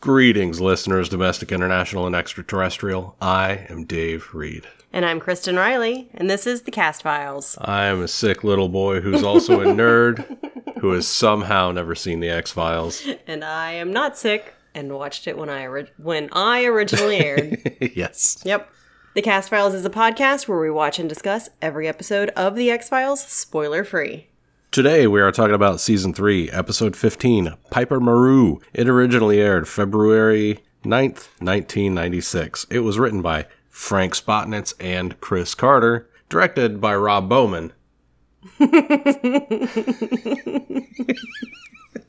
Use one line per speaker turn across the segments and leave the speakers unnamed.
Greetings, listeners, domestic, international, and extraterrestrial. I am Dave Reed.
And I'm Kristen Riley, and this is the Cast Files.
I am a sick little boy who's also a nerd who has somehow never seen the X Files.
And I am not sick, and watched it when I ori- when I originally aired.
yes.
yep. The Cast Files is a podcast where we watch and discuss every episode of the X Files, spoiler free.
Today we are talking about season 3, episode 15, Piper Maru. It originally aired February 9th, 1996. It was written by Frank Spotnitz and Chris Carter, directed by Rob Bowman.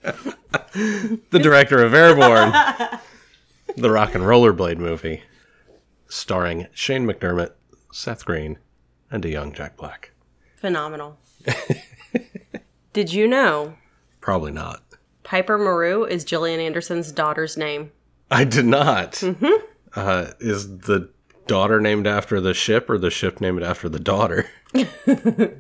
the director of Airborne, the rock and rollerblade movie, starring Shane McDermott, Seth Green, and a young Jack Black.
Phenomenal. Did you know
Probably not.
Piper Maru is Gillian Anderson's daughter's name?
I did not. Uh, is the daughter named after the ship or the ship named after the daughter?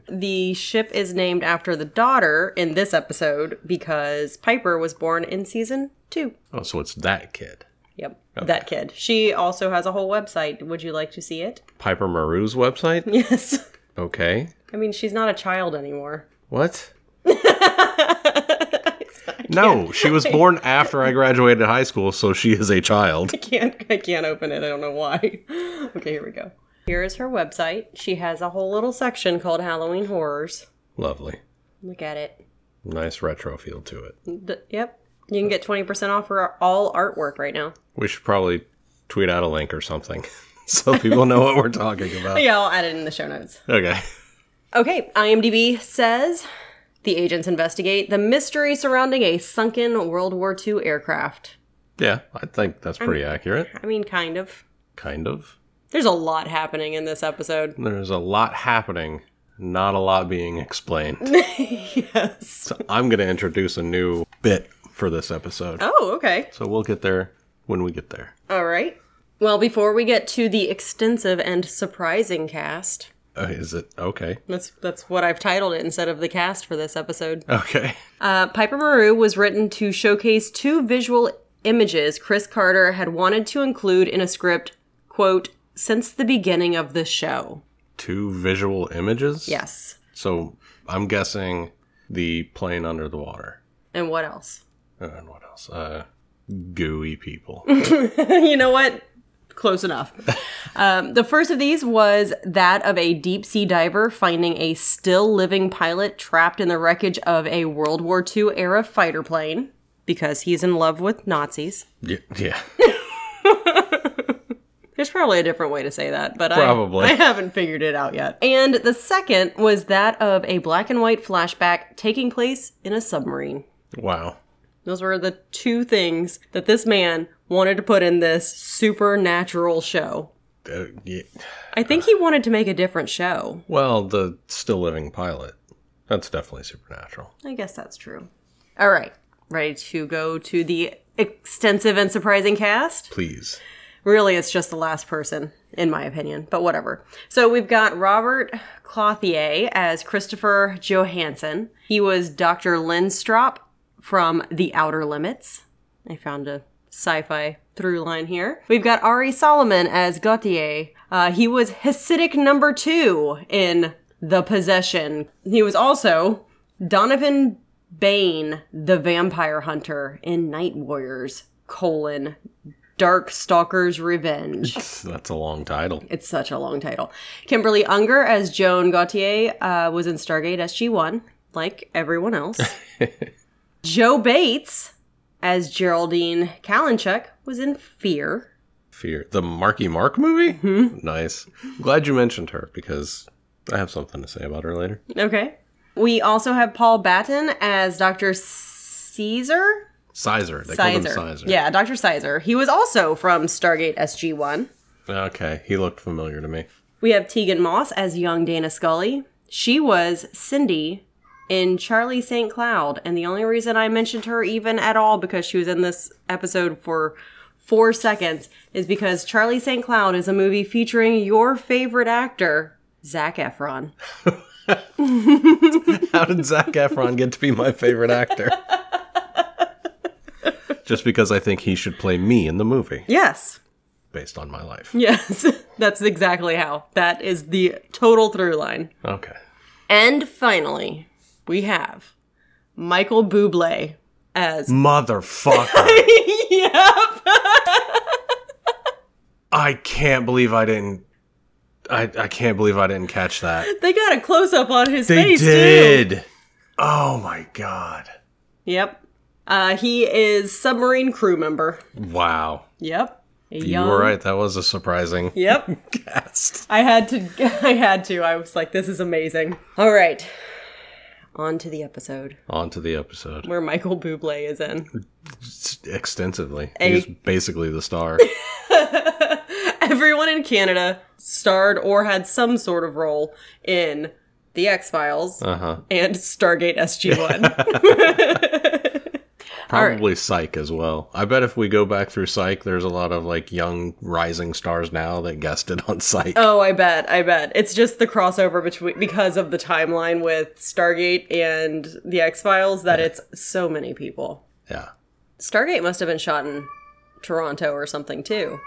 The ship is named after the daughter in this episode because Piper was born in season two.
Oh, so it's that kid.
Yep. That kid. She also has a whole website. Would you like to see it?
Piper Maru's website?
Yes.
Okay.
I mean, she's not a child anymore.
What? no, she was born after I graduated high school, so she is a child.
I can't I can't open it. I don't know why. Okay, here we go. Here is her website. She has a whole little section called Halloween Horrors.
Lovely.
Look at it.
Nice retro feel to it.
D- yep. You can get 20% off for all artwork right now.
We should probably tweet out a link or something so people know what we're talking about.
Yeah, I'll add it in the show notes.
Okay.
Okay, IMDb says the agents investigate the mystery surrounding a sunken World War II aircraft.
Yeah, I think that's pretty accurate.
I mean, kind of.
Kind of.
There's a lot happening in this episode.
There's a lot happening, not a lot being explained.
yes.
so I'm going to introduce a new bit for this episode.
Oh, okay.
So we'll get there when we get there.
All right. Well, before we get to the extensive and surprising cast,
Uh, is it okay?
that's that's what I've titled it instead of the cast for this episode.
Okay.
Uh, Piper Maru was written to showcase two visual images Chris Carter had wanted to include in a script, quote, since the beginning of the show.
Two visual images?
Yes.
So I'm guessing the plane under the water.
And what else?
Uh, And what else? Uh, gooey people.
you know what? Close enough. um, the first of these was that of a deep sea diver finding a still living pilot trapped in the wreckage of a World War II era fighter plane because he's in love with Nazis.
yeah. yeah.
There's probably a different way to say that, but I-
Probably.
I, haven't figured it out yet. And the second was that of a black and white flashback taking place in a submarine.
Wow.
Those were the two things that this man wanted to put in this supernatural show.
Uh, yeah.
I think he wanted to make a different show.
Well, the still living pilot. That's definitely supernatural.
I guess that's true. All right, ready to go to the extensive and surprising cast?
Please.
Really, it's just the last person, in my opinion, but whatever. So we've got Robert Clothier as Christopher Johansson. He was Dr. Lindstrop from The Outer Limits. I found a sci fi through line here. We've got Ari Solomon as Gautier. Uh, he was Hasidic number two in The Possession. He was also Donovan Bain, the vampire hunter in Night Warriors, colon, Dark Stalker's Revenge.
That's a long title.
It's such a long title. Kimberly Unger as Joan Gautier uh, was in Stargate SG1, like everyone else. Joe Bates as Geraldine Kalinchuk was in Fear.
Fear. The Marky Mark movie? Nice. Glad you mentioned her because I have something to say about her later.
Okay. We also have Paul Batten as Dr. Caesar.
Sizer. They called him Sizer.
Yeah, Dr. Sizer. He was also from Stargate SG1.
Okay. He looked familiar to me.
We have Tegan Moss as young Dana Scully. She was Cindy in Charlie St. Cloud, and the only reason I mentioned her even at all because she was in this episode for four seconds is because Charlie St. Cloud is a movie featuring your favorite actor, Zach Efron.
How did Zach Efron get to be my favorite actor? just because I think he should play me in the movie
Yes.
based on my life.
Yes. That's exactly how. That is the total through line.
Okay.
And finally, we have Michael Bublé as
Motherfucker.
Yep.
I can't believe I didn't I, I can't believe I didn't catch that.
They got a close up on his
They
face too.
did. Oh my god.
Yep. Uh, he is submarine crew member.
Wow.
Yep. A
You were right. That was a surprising
Yep.
cast.
I had to. I had to. I was like, this is amazing. All right. On to the episode
On to the episode.
where Michael Bublé is in.
Extensively. He's basically the star.
Everyone in Canada starred or had some sort of role in The X Files
Uh-huh.
and Stargate SG One.
Probably Psych as well. I bet if we go back through Psych, there's a lot of like young rising stars now that guested on Psych.
oh, I bet. I bet. It's just the crossover between because of the timeline with Stargate and The X Files that it's so many people.
Yeah.
Stargate must have been shot in Toronto or something too.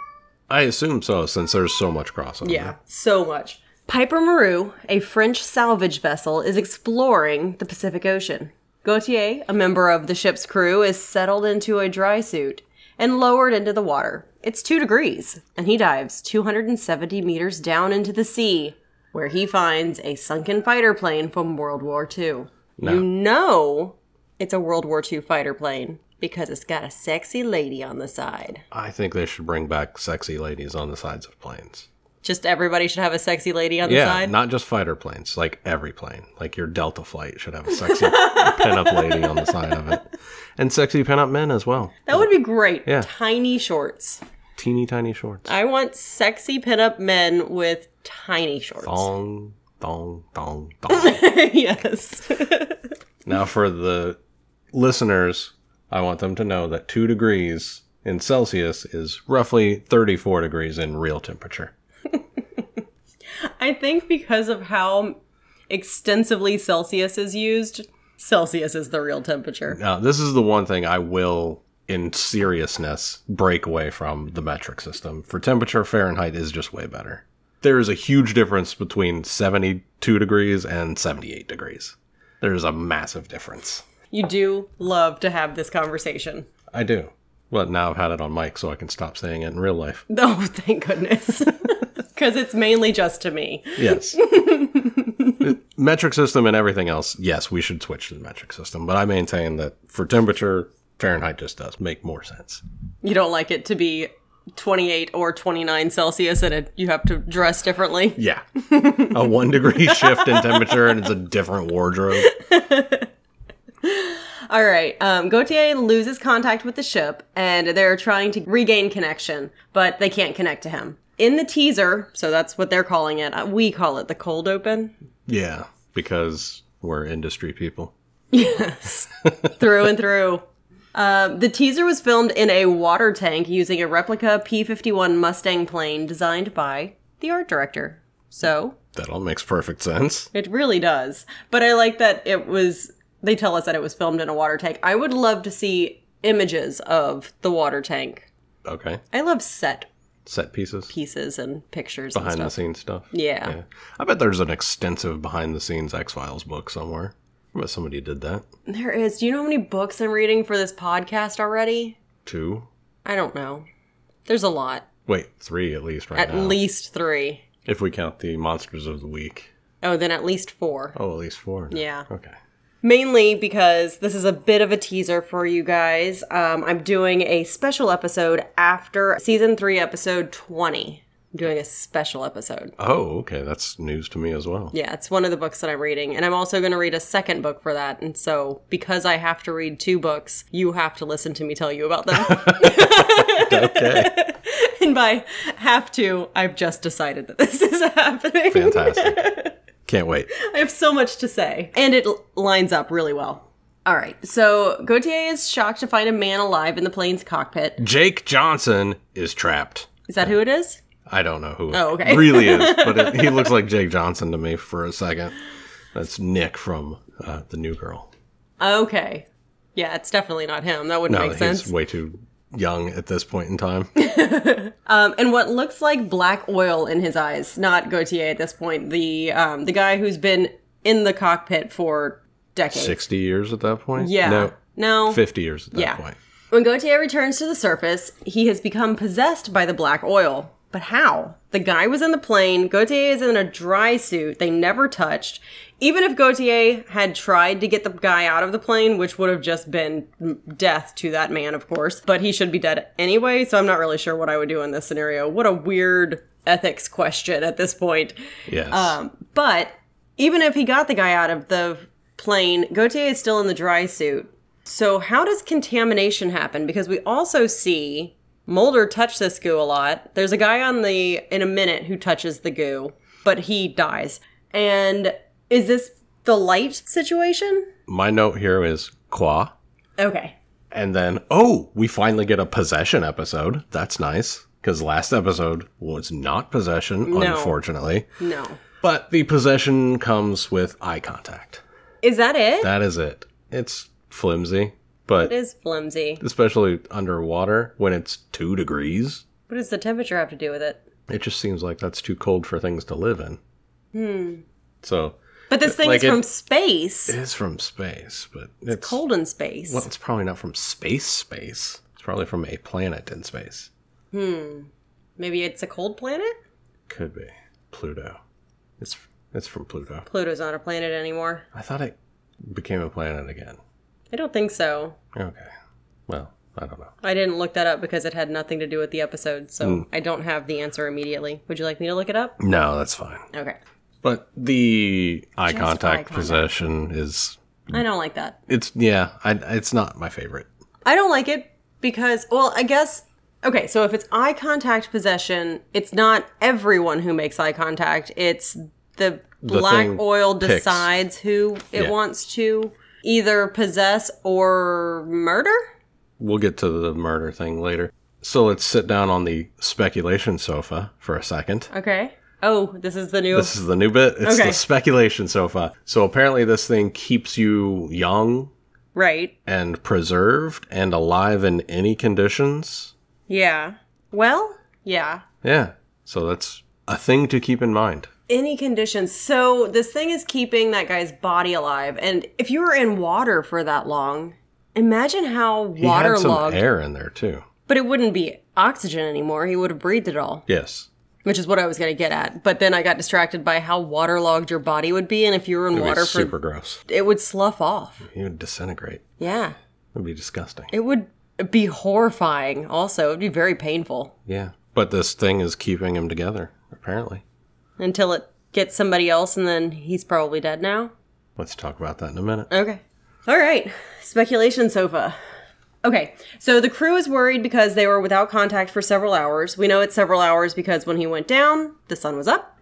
I assume so, since there's so much crossover.
Yeah, so much. Piper Maru, a French salvage vessel, is exploring the Pacific Ocean. Gautier, a member of the ship's crew, is settled into a dry suit and lowered into the water. It's two degrees, and he dives 270 meters down into the sea, where he finds a sunken fighter plane from World War II. You know it's a World War II fighter plane because it's got a sexy lady on the side.
I think they should bring back sexy ladies on the sides of planes.
Just everybody should have a sexy lady on the
Yeah,
side.
not just fighter planes, like every plane. Like your Delta flight should have a sexy pinup lady on the side of it. And sexy pinup men as well.
That would be great.
Yeah.
Tiny shorts.
Teeny tiny shorts.
I want sexy pinup men with tiny shorts.
Thong, thong, thong, thong.
yes.
Now, for the listeners, I want them to know that two degrees in Celsius is roughly 34 degrees in real temperature.
I think because of how extensively Celsius is used, Celsius is the real temperature.
Now, this is the one thing I will, in seriousness, break away from the metric system. For temperature, Fahrenheit is just way better. There is a huge difference between 72 degrees and 78 degrees. There is a massive difference.
You do love to have this conversation.
I do. But now I've had it on mic, so I can stop saying it in real life.
Oh, thank goodness. Because it's mainly just to me.
Yes. metric system and everything else, yes, we should switch to the metric system. But I maintain that for temperature, Fahrenheit just does make more sense.
You don't like it to be 28 or 29 Celsius and it, you have to dress differently.
Yeah. a one degree shift in temperature and it's a different wardrobe.
All right. Um, Gautier loses contact with the ship, and they're trying to regain connection, but they can't connect to him. In the teaser, so that's what they're calling it. uh, We call it the cold open.
Yeah. Because we're industry people.
Yes, through and through. Um, the teaser was filmed in a water tank using a replica P fifty one Mustang plane designed by the art director. So
That all makes perfect sense.
It really does. But I like that it was, they tell us that it was filmed in a water tank. I would love to see images of the water tank.
Okay.
I love set
Set pieces,
pieces and pictures
behind the
and stuff.
scenes stuff.
Yeah.
Yeah. I bet there's an extensive behind the scenes X Files book somewhere. I bet somebody did that.
There is, do you know how many books I'm reading for this podcast already?
Two.
I don't know. There's a lot.
Wait, three at least right
At
now.
least three.
If we count the monsters of the week.
Oh, then at least four.
Oh, at least four.
Yeah.
Okay.
mainly because this is a bit of a teaser for you guys. Um, I'm doing a special episode after season three, episode 20. I'm doing a special episode.
Oh, okay. That's news to me as well.
Yeah, it's one of the books that I'm reading. And I'm also going to read a second book for that. And so, because I have to read two books, you have to listen to me tell you about them. and by have to, I've just decided that this is happening.
Fantastic. Can't wait.
I have so much to say. And it l- lines up really well. All right. So Gautier is shocked to find a man alive in the plane's cockpit.
Jake Johnson is trapped.
Is that who it is?
I don't know who
Oh, okay.
it really is, but it, he looks like Jake Johnson to me for a second. That's Nick from uh, The New Girl.
Okay. Yeah, it's definitely not him. That wouldn't
No,
make
Uh, he's
sense.
way too young at this point in time.
Um, and what looks like black oil in his eyes, not Gautier at this point. The um, the guy who's been in the cockpit for decades.
60 years at that point?
Yeah.
No,
No.
50 years at that
Yeah.
point.
When Gautier returns to the surface, he has become possessed by the black oil. But how? The guy was in the plane, Gautier is in a dry suit they never touched. Even if Gautier had tried to get the guy out of the plane, which would have just been death to that man, of course, but he should be dead anyway, so I'm not really sure what I would do in this scenario. What a weird ethics question at this point.
Yes.
Um, but even if he got the guy out of the plane, Gautier is still in the dry suit. So how does contamination happen? Because we also see Mulder touch this goo a lot. There's a guy on the in a minute who touches the goo, but he dies. And is this the light situation?
My note here is qua.
Okay.
And then, oh, we finally get a possession episode. That's nice. Because last episode was not possession, unfortunately.
No.
But the possession comes with eye contact.
Is that it?
That is it. It's flimsy, but
it is flimsy.
especially underwater when it's two degrees.
What does the temperature have to do with it?
It just seems like that's too cold for things to live in. Hmm. So
But this thing
Like
is
it-
from space.
it is from space, but it's,
Cold in space.
Well, it's probably not from space. Space. It's probably from a planet in space.
Maybe it's a cold planet?
Could be Pluto. It's it's from Pluto.
Pluto's not a planet anymore.
I thought it became a planet again.
I don't think so.
Okay. Well, I don't know.
I didn't look that up because it had nothing to do with the episode, so
Hmm.
I don't have the answer immediately. Would you like me to look it up?
No, that's fine.
Okay.
But the eye
Just
contact,
eye contact.
possession is
I don't like that.
it's yeah, I, it's not my favorite.
I don't like it because, well, I guess, okay, so if it's eye contact possession, it's not everyone who makes eye contact, it's the black
thing
oil
picks.
decides who it
Yeah.
wants to either possess or murder?
We'll get to the murder thing later. So let's sit down on the speculation sofa for a second.
Okay. Oh, this is the new.
This is the new bit. It's
Okay.
the speculation sofa. So apparently this thing keeps you young
right.
and preserved and alive in any conditions.
Yeah. Well, yeah.
Yeah. So that's a thing to keep in mind.
any conditions. So this thing is keeping that guy's body alive, and if you were in water for that long, imagine how
He had some
waterlogged.
air in there too.
But it wouldn't be oxygen anymore. He would have breathed it all,
Yes.
which is what I was going to get at. But then I got distracted by how waterlogged your body would be, and if you were in
It'd be
water for,
super gross.
it would slough off.
He would disintegrate.
Yeah,
It'd be disgusting.
it would be horrifying. Also, it'd be very painful
Yeah. But this thing is keeping him together, apparently.
until it gets somebody else, and then he's probably dead now.
Let's talk about that in a minute.
Okay. All right. Speculation sofa. Okay. So the crew is worried because they were without contact for several hours. We know it's several hours because when he went down, the sun was up.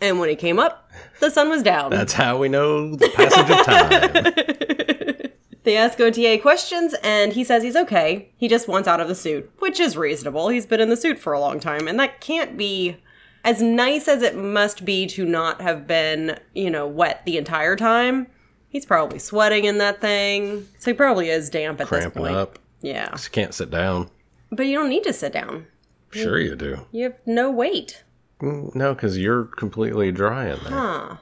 And when he came up, the sun was down.
That's how we know the passage of time.
they ask OTA questions, and he says he's okay. He just wants out of the suit, which is reasonable. He's been in the suit for a long time, and that can't be as nice as it must be to not have been, you know, wet the entire time. He's probably sweating in that thing, so he probably is damp at this
Cramping
point.
up.
Yeah,
Just can't sit down.
but you don't need to sit down.
Sure you do.
You have no weight.
Mm, No, because you're completely dry in there.
Huh.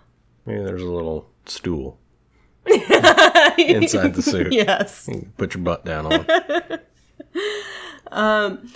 Maybe there's a little stool inside the suit.
yes.
Put your butt down on.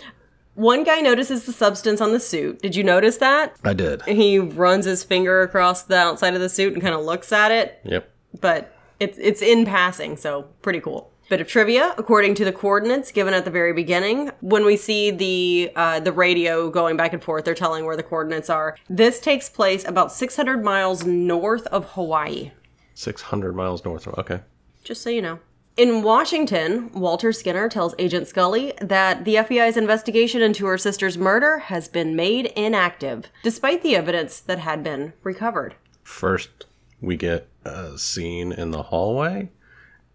One guy notices the substance on the suit. Did you notice that?
I did.
He runs his finger across the outside of the suit and kind of looks at it.
Yep.
but it's it's in passing, so pretty cool. Bit of trivia: according to the coordinates given at the very beginning, when we see the uh, the radio going back and forth, they're telling where the coordinates are. This takes place about 600 miles north of Hawaii.
600 miles north of. Okay.
Just so you know. In Washington, Walter Skinner tells Agent Scully that the FBI's investigation into her sister's murder has been made inactive, despite the evidence that had been recovered.
First, we get a scene in the hallway,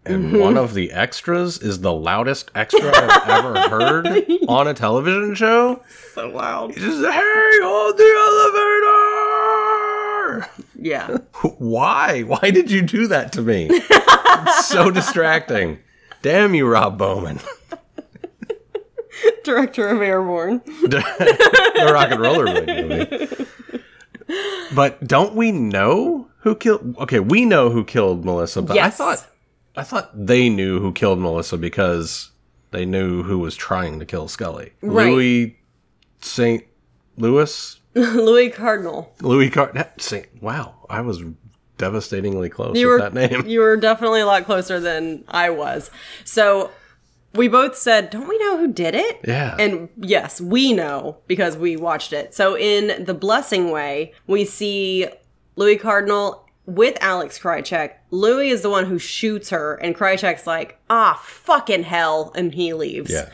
and
Mm-hmm.
one of the extras is the loudest extra I've ever heard on a television show.
So loud.
He just, hey, hold the elevator!
Yeah.
Why? Why did you do that to me? It's so distracting. Damn you, Rob Bowman.
Director of Airborne.
the rock and roller movie. But don't we know who killed? Okay, we know who killed Melissa. But I
Yes.
thought I thought they knew who killed Melissa because they knew who was trying to kill Scully.
Right.
Louis Saint Louis.
Louis Cardinal.
Louis Car- that- Saint. Wow, I was devastatingly close
You
with
were
that name.
you were definitely a lot closer than I was. So we both said, "Don't we know who did it?"
Yeah.
And yes, we know because we watched it. So in The Blessing Way, we see Louis Cardinal with Alex Krychek. Louis is the one who shoots her, and Krychek's like, ah, fucking hell, and he leaves.
yeah.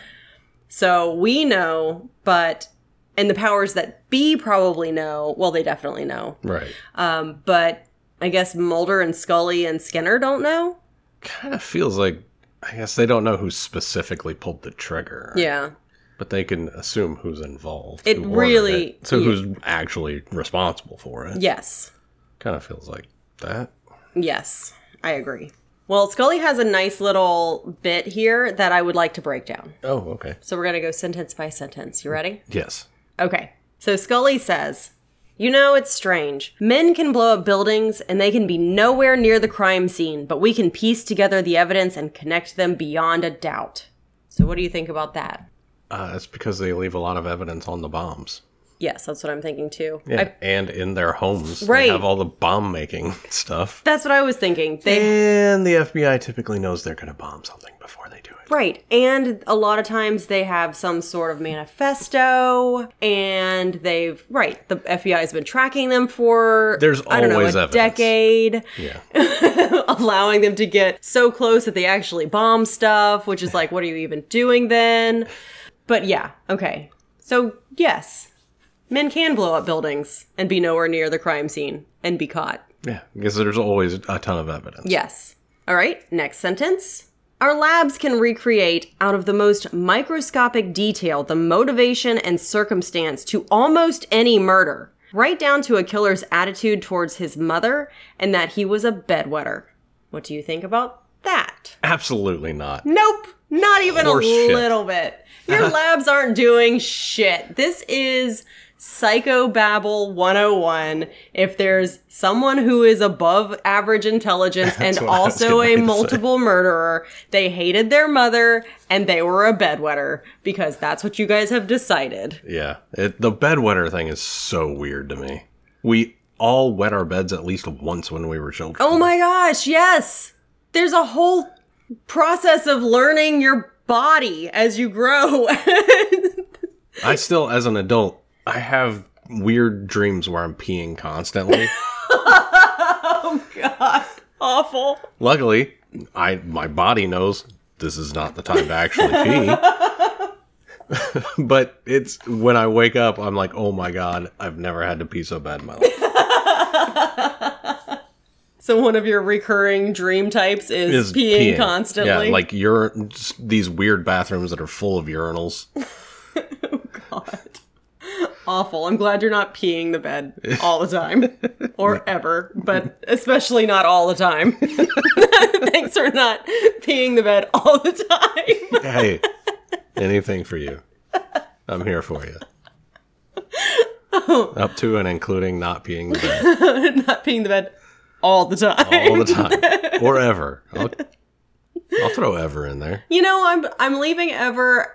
So we know, but, and the powers that be probably know, well, they definitely know,
Right.
but I guess Mulder and Scully and Skinner don't know.
Kind of feels like. I guess they don't know who specifically pulled the trigger.
Yeah.
But they can assume who's involved.
It
who ordered
really-
it. so
yeah.
who's actually responsible for it.
Yes.
Kind of feels like that.
Yes. I agree. Well, Scully has a nice little bit here that I would like to break down.
Oh, okay.
So we're going to go sentence by sentence. You ready?
Yes.
Okay. So Scully says, You know, it's strange. Men can blow up buildings and they can be nowhere near the crime scene, but we can piece together the evidence and connect them beyond a doubt. So, what do you think about that?
Uh, it's because they leave a lot of evidence on the bombs.
Yes, that's what I'm thinking too.
Yeah.
I,
and in their homes. They
Right.
have all the bomb making stuff.
that's what I was thinking. They.
And the FBI typically knows they're going to bomb something before they do it.
Right. And a lot of times they have some sort of manifesto and they've right, the FBI's been tracking them for
There's
I don't know,
always
a
evidence.
decade.
Yeah.
allowing them to get so close that they actually bomb stuff, which is like, what are you even doing then? But yeah, okay. So, yes, men can blow up buildings and be nowhere near the crime scene and be caught.
yeah. Because there's always a ton of evidence.
Yes. All right, next sentence. Our labs can recreate out of the most microscopic detail the motivation and circumstance to almost any murder, right down to a killer's attitude towards his mother and that he was a bedwetter. What do you think about that?
Absolutely not.
Nope, not even a
Horse shit.
little bit. Your labs aren't doing shit. This is psychobabble 101. If there's someone who is above average intelligence and
what I was
also
getting ready
a
to say.
multiple murderer, they hated their mother and they were a bedwetter because that's what you guys have decided.
Yeah. It, the bedwetter thing is so weird to me. We all wet our beds at least once when we were children.
Oh my gosh, yes. There's a whole process of learning your body as you grow.
I still, as an adult, I have weird dreams where I'm peeing constantly.
God, awful.
Luckily, I my body knows this is not the time to actually pee. but it's when I wake up, I'm like, oh my god, I've never had to pee so bad in my life.
So one of your recurring dream types is,
Is
peeing, constantly.
Yeah, like ur- just these weird bathrooms that are full of urinals.
God. Awful. I'm glad you're not peeing the bed all the time or ever, but especially not all the time. Thanks for not peeing the bed all the time.
hey, anything for you. I'm here for you.
Oh.
Up to and including not peeing the bed.
not peeing the bed all the time.
all the time or ever. I'll, I'll throw ever in there.
you know, I'm I'm leaving ever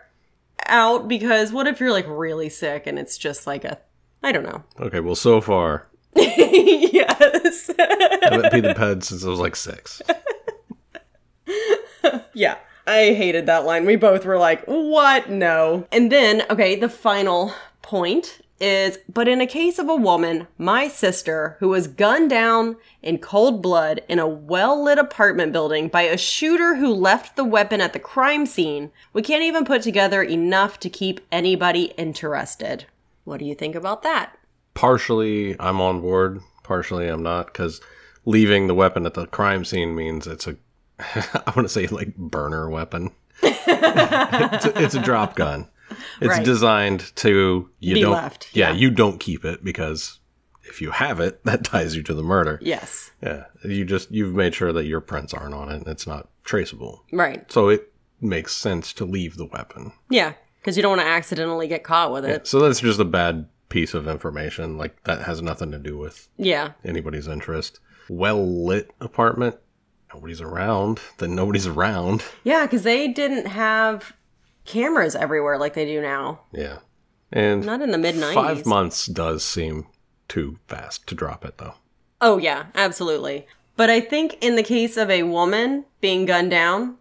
out because what if you're like really sick and it's just like a I don't know.
Okay, well, so far
yes.
I haven't peed the pad since I was like six.
Yeah. I hated that line. We both were like, what? No. And then, okay, the final point is but in a case of a woman, my sister, who was gunned down in cold blood in a well lit apartment building by a shooter who left the weapon at the crime scene, we can't even put together enough to keep anybody interested. What do you think about that?
Partially, I'm on board. Partially, I'm not because leaving the weapon at the crime scene means it's a I want to say like burner weapon. it's, a, it's a drop gun. It's
Right.
designed to you
Be
don't
left,
Yeah,
yeah.
you don't keep it because if you have it, that ties you to the murder.
Yes.
yeah, you just you've made sure that your prints aren't on it and it's not traceable.
Right.
So it makes sense to leave the weapon.
Yeah, because you don't want to accidentally get caught with it.
So that's just a bad piece of information. Like that has nothing to do with
Yeah.
anybody's interest. Well lit apartment. Nobody's around. Then nobody's around.
Yeah, because they didn't have cameras everywhere like they do now.
Yeah. And
Not in the mid 90s.
five months does seem too fast to drop it though.
Oh, yeah, absolutely. But I think in the case of a woman being gunned down,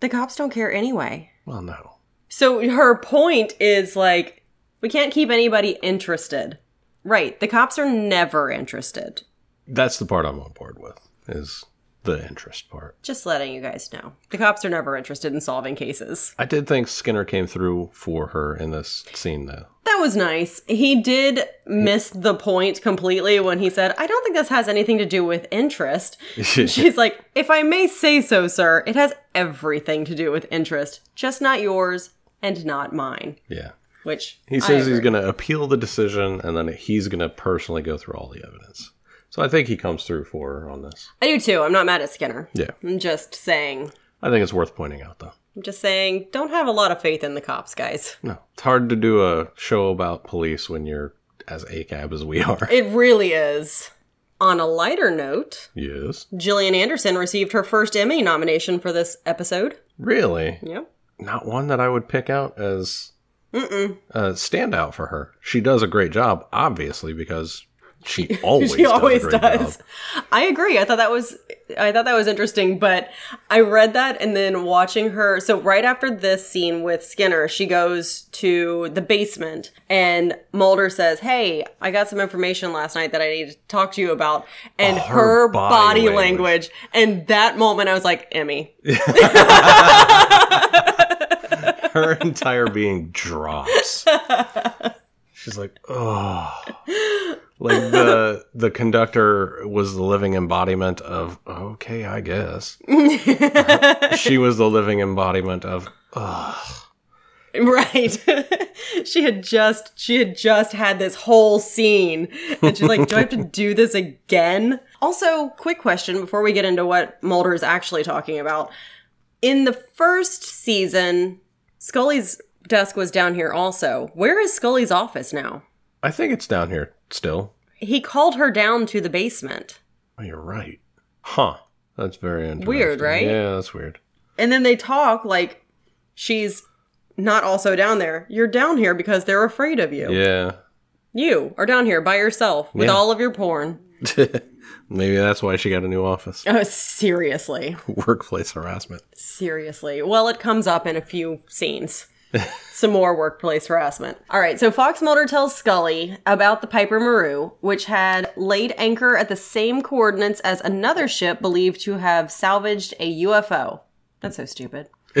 the cops don't care anyway.
Well, no.
So her point is like, we can't keep anybody interested. Right. The cops are never interested.
That's the part I'm on board with is the interest part.
Just letting you guys know. The cops are never interested in solving cases.
I did think Skinner came through for her in this scene though.
That was nice. He did miss the point completely when he said, I don't think this has anything to do with interest. She's like, if I may say so, sir, it has everything to do with interest, just not yours and not mine.
yeah.
Which
He says he's going to appeal the decision and then he's going to personally go through all the evidence. So I think he comes through for her on this.
I do too. I'm not mad at Skinner.
Yeah.
I'm just saying.
I think it's worth pointing out though.
I'm just saying, don't have a lot of faith in the cops, guys.
No. It's hard to do a show about police when you're as ACAB as we are.
It really is. On a lighter note,
yes.
Gillian Anderson received her first Emmy nomination for this episode.
Really?
Yep.
Not one that I would pick out as a standout for her. She does a great job, obviously, because she always
she always
does. A great
does.
Job.
I agree. I thought that was I thought that was interesting, but I read that and then watching her so right after this scene with Skinner, she goes to the basement and Mulder says, "Hey, I got some information last night that I need to talk to you about." And
Oh, her
her,
body
body,
language.
language. and that moment I was like, "Emmy."
Her entire being drops. She's like, oh. Like the the conductor was the living embodiment of okay, I guess. she was the living embodiment of
Right. she had just she had just had this whole scene. And she's like, Do I have to do this again? Also, quick question before we get into what Mulder is actually talking about. In the first season, Scully's desk was down here also. Where is Scully's office now?
I think it's down here still.
He called her down to the basement.
Oh, you're right. Huh. That's very interesting.
Weird, right?
Yeah, that's weird.
And then they talk like she's not also down there. You're down here because they're afraid of you.
Yeah.
You are down here by yourself with
Yeah.
all of your porn.
Maybe that's why she got a new office.
Oh, seriously.
Workplace harassment.
Seriously. Well, it comes up in a few scenes. Some more workplace harassment. All right, so Fox Mulder tells Scully about the Piper Maru, which had laid anchor at the same coordinates as another ship believed to have salvaged a UFO. That's so stupid.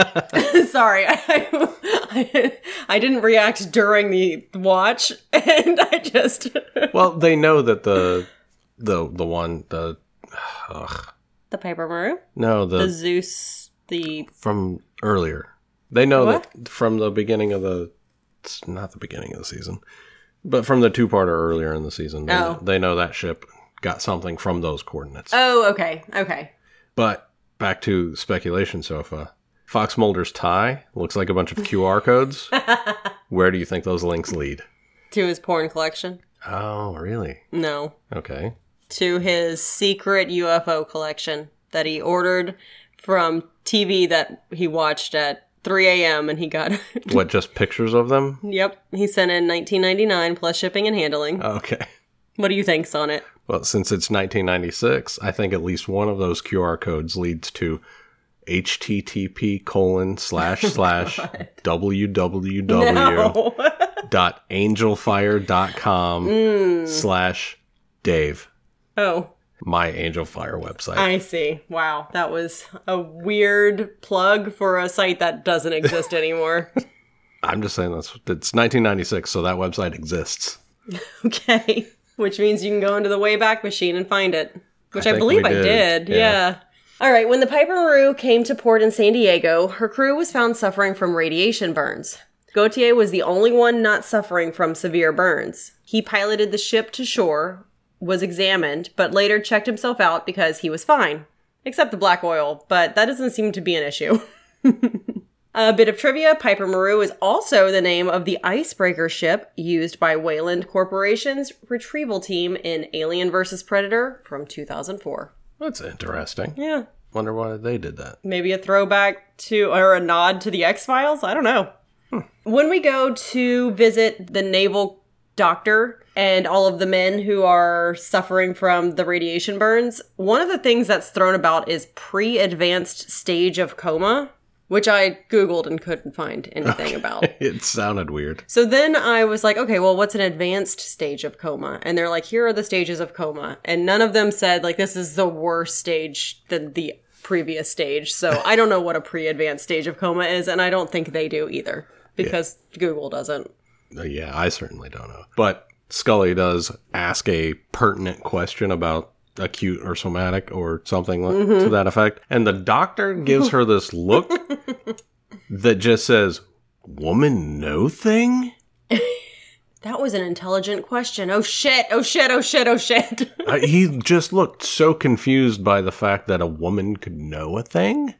Sorry, I, I, I didn't react during the watch, and I just.
Well, they know that the the the one the ugh,
the Piper Maru?
no the,
The Zeus, the.
from earlier. They know
What?
that from the beginning of the it's not the beginning of the season, but from the two parter earlier in the season. They,
Oh.
they know that ship got something from those coordinates.
Oh, okay, okay.
But back to speculation sofa. Fox Mulder's tie looks like a bunch of QR codes. Where do you think those links lead?
To his porn collection?
Oh, really?
No.
Okay.
To his secret UFO collection that he ordered from TV that he watched at 3 a.m. and he got.
What, just pictures of them?
yep, he sent in 19.99 plus shipping and handling.
Okay.
what do you think's on it?
Well, since it's 1996, I think at least one of those QR codes leads to http colon slash slash www
No.
dot angelfire.com slash Dave,
oh,
my Angel Fire website.
I see. Wow, that was a weird plug for a site that doesn't exist anymore.
I'm just saying that's it's 1996, so that website exists.
Okay. Which means you can go into the Wayback Machine and find it. Which
I
I,
think
believe
we
I
did.
did.
Yeah.
Yeah. All right. When the Piper Maru came to port in San Diego, her crew was found suffering from radiation burns. Gautier was the only one not suffering from severe burns. He piloted the ship to shore, was examined, but later checked himself out because he was fine, except the black oil, but that doesn't seem to be an issue. A bit of trivia Piper Maru is also the name of the icebreaker ship used by Wayland Corporation's retrieval team in Alien vs. Predator from 2004.
That's interesting.
Yeah,
Wonder why they did that.
maybe a throwback to or a nod to the X Files. I don't know. Hmm. When we go to visit the naval doctor and all of the men who are suffering from the radiation burns, one of the things that's thrown about is pre advanced stage of coma, which I Googled and couldn't find anything about.
It sounded weird.
So then I was like, okay, well, what's an advanced stage of coma? And they're like, here are the stages of coma. And none of them said, like, this is the worst stage than the previous stage. So I don't know what a pre advanced stage of coma is. And I don't think they do either because Google doesn't.
Uh, Yeah, I certainly don't know. But Scully does ask a pertinent question about acute or somatic or something like, to that effect. And the doctor gives her this look that just says, Woman, no thing?
That was an intelligent question. Oh shit, oh shit, oh shit, oh shit.
Uh, he just looked so confused by the fact that a woman could know a thing.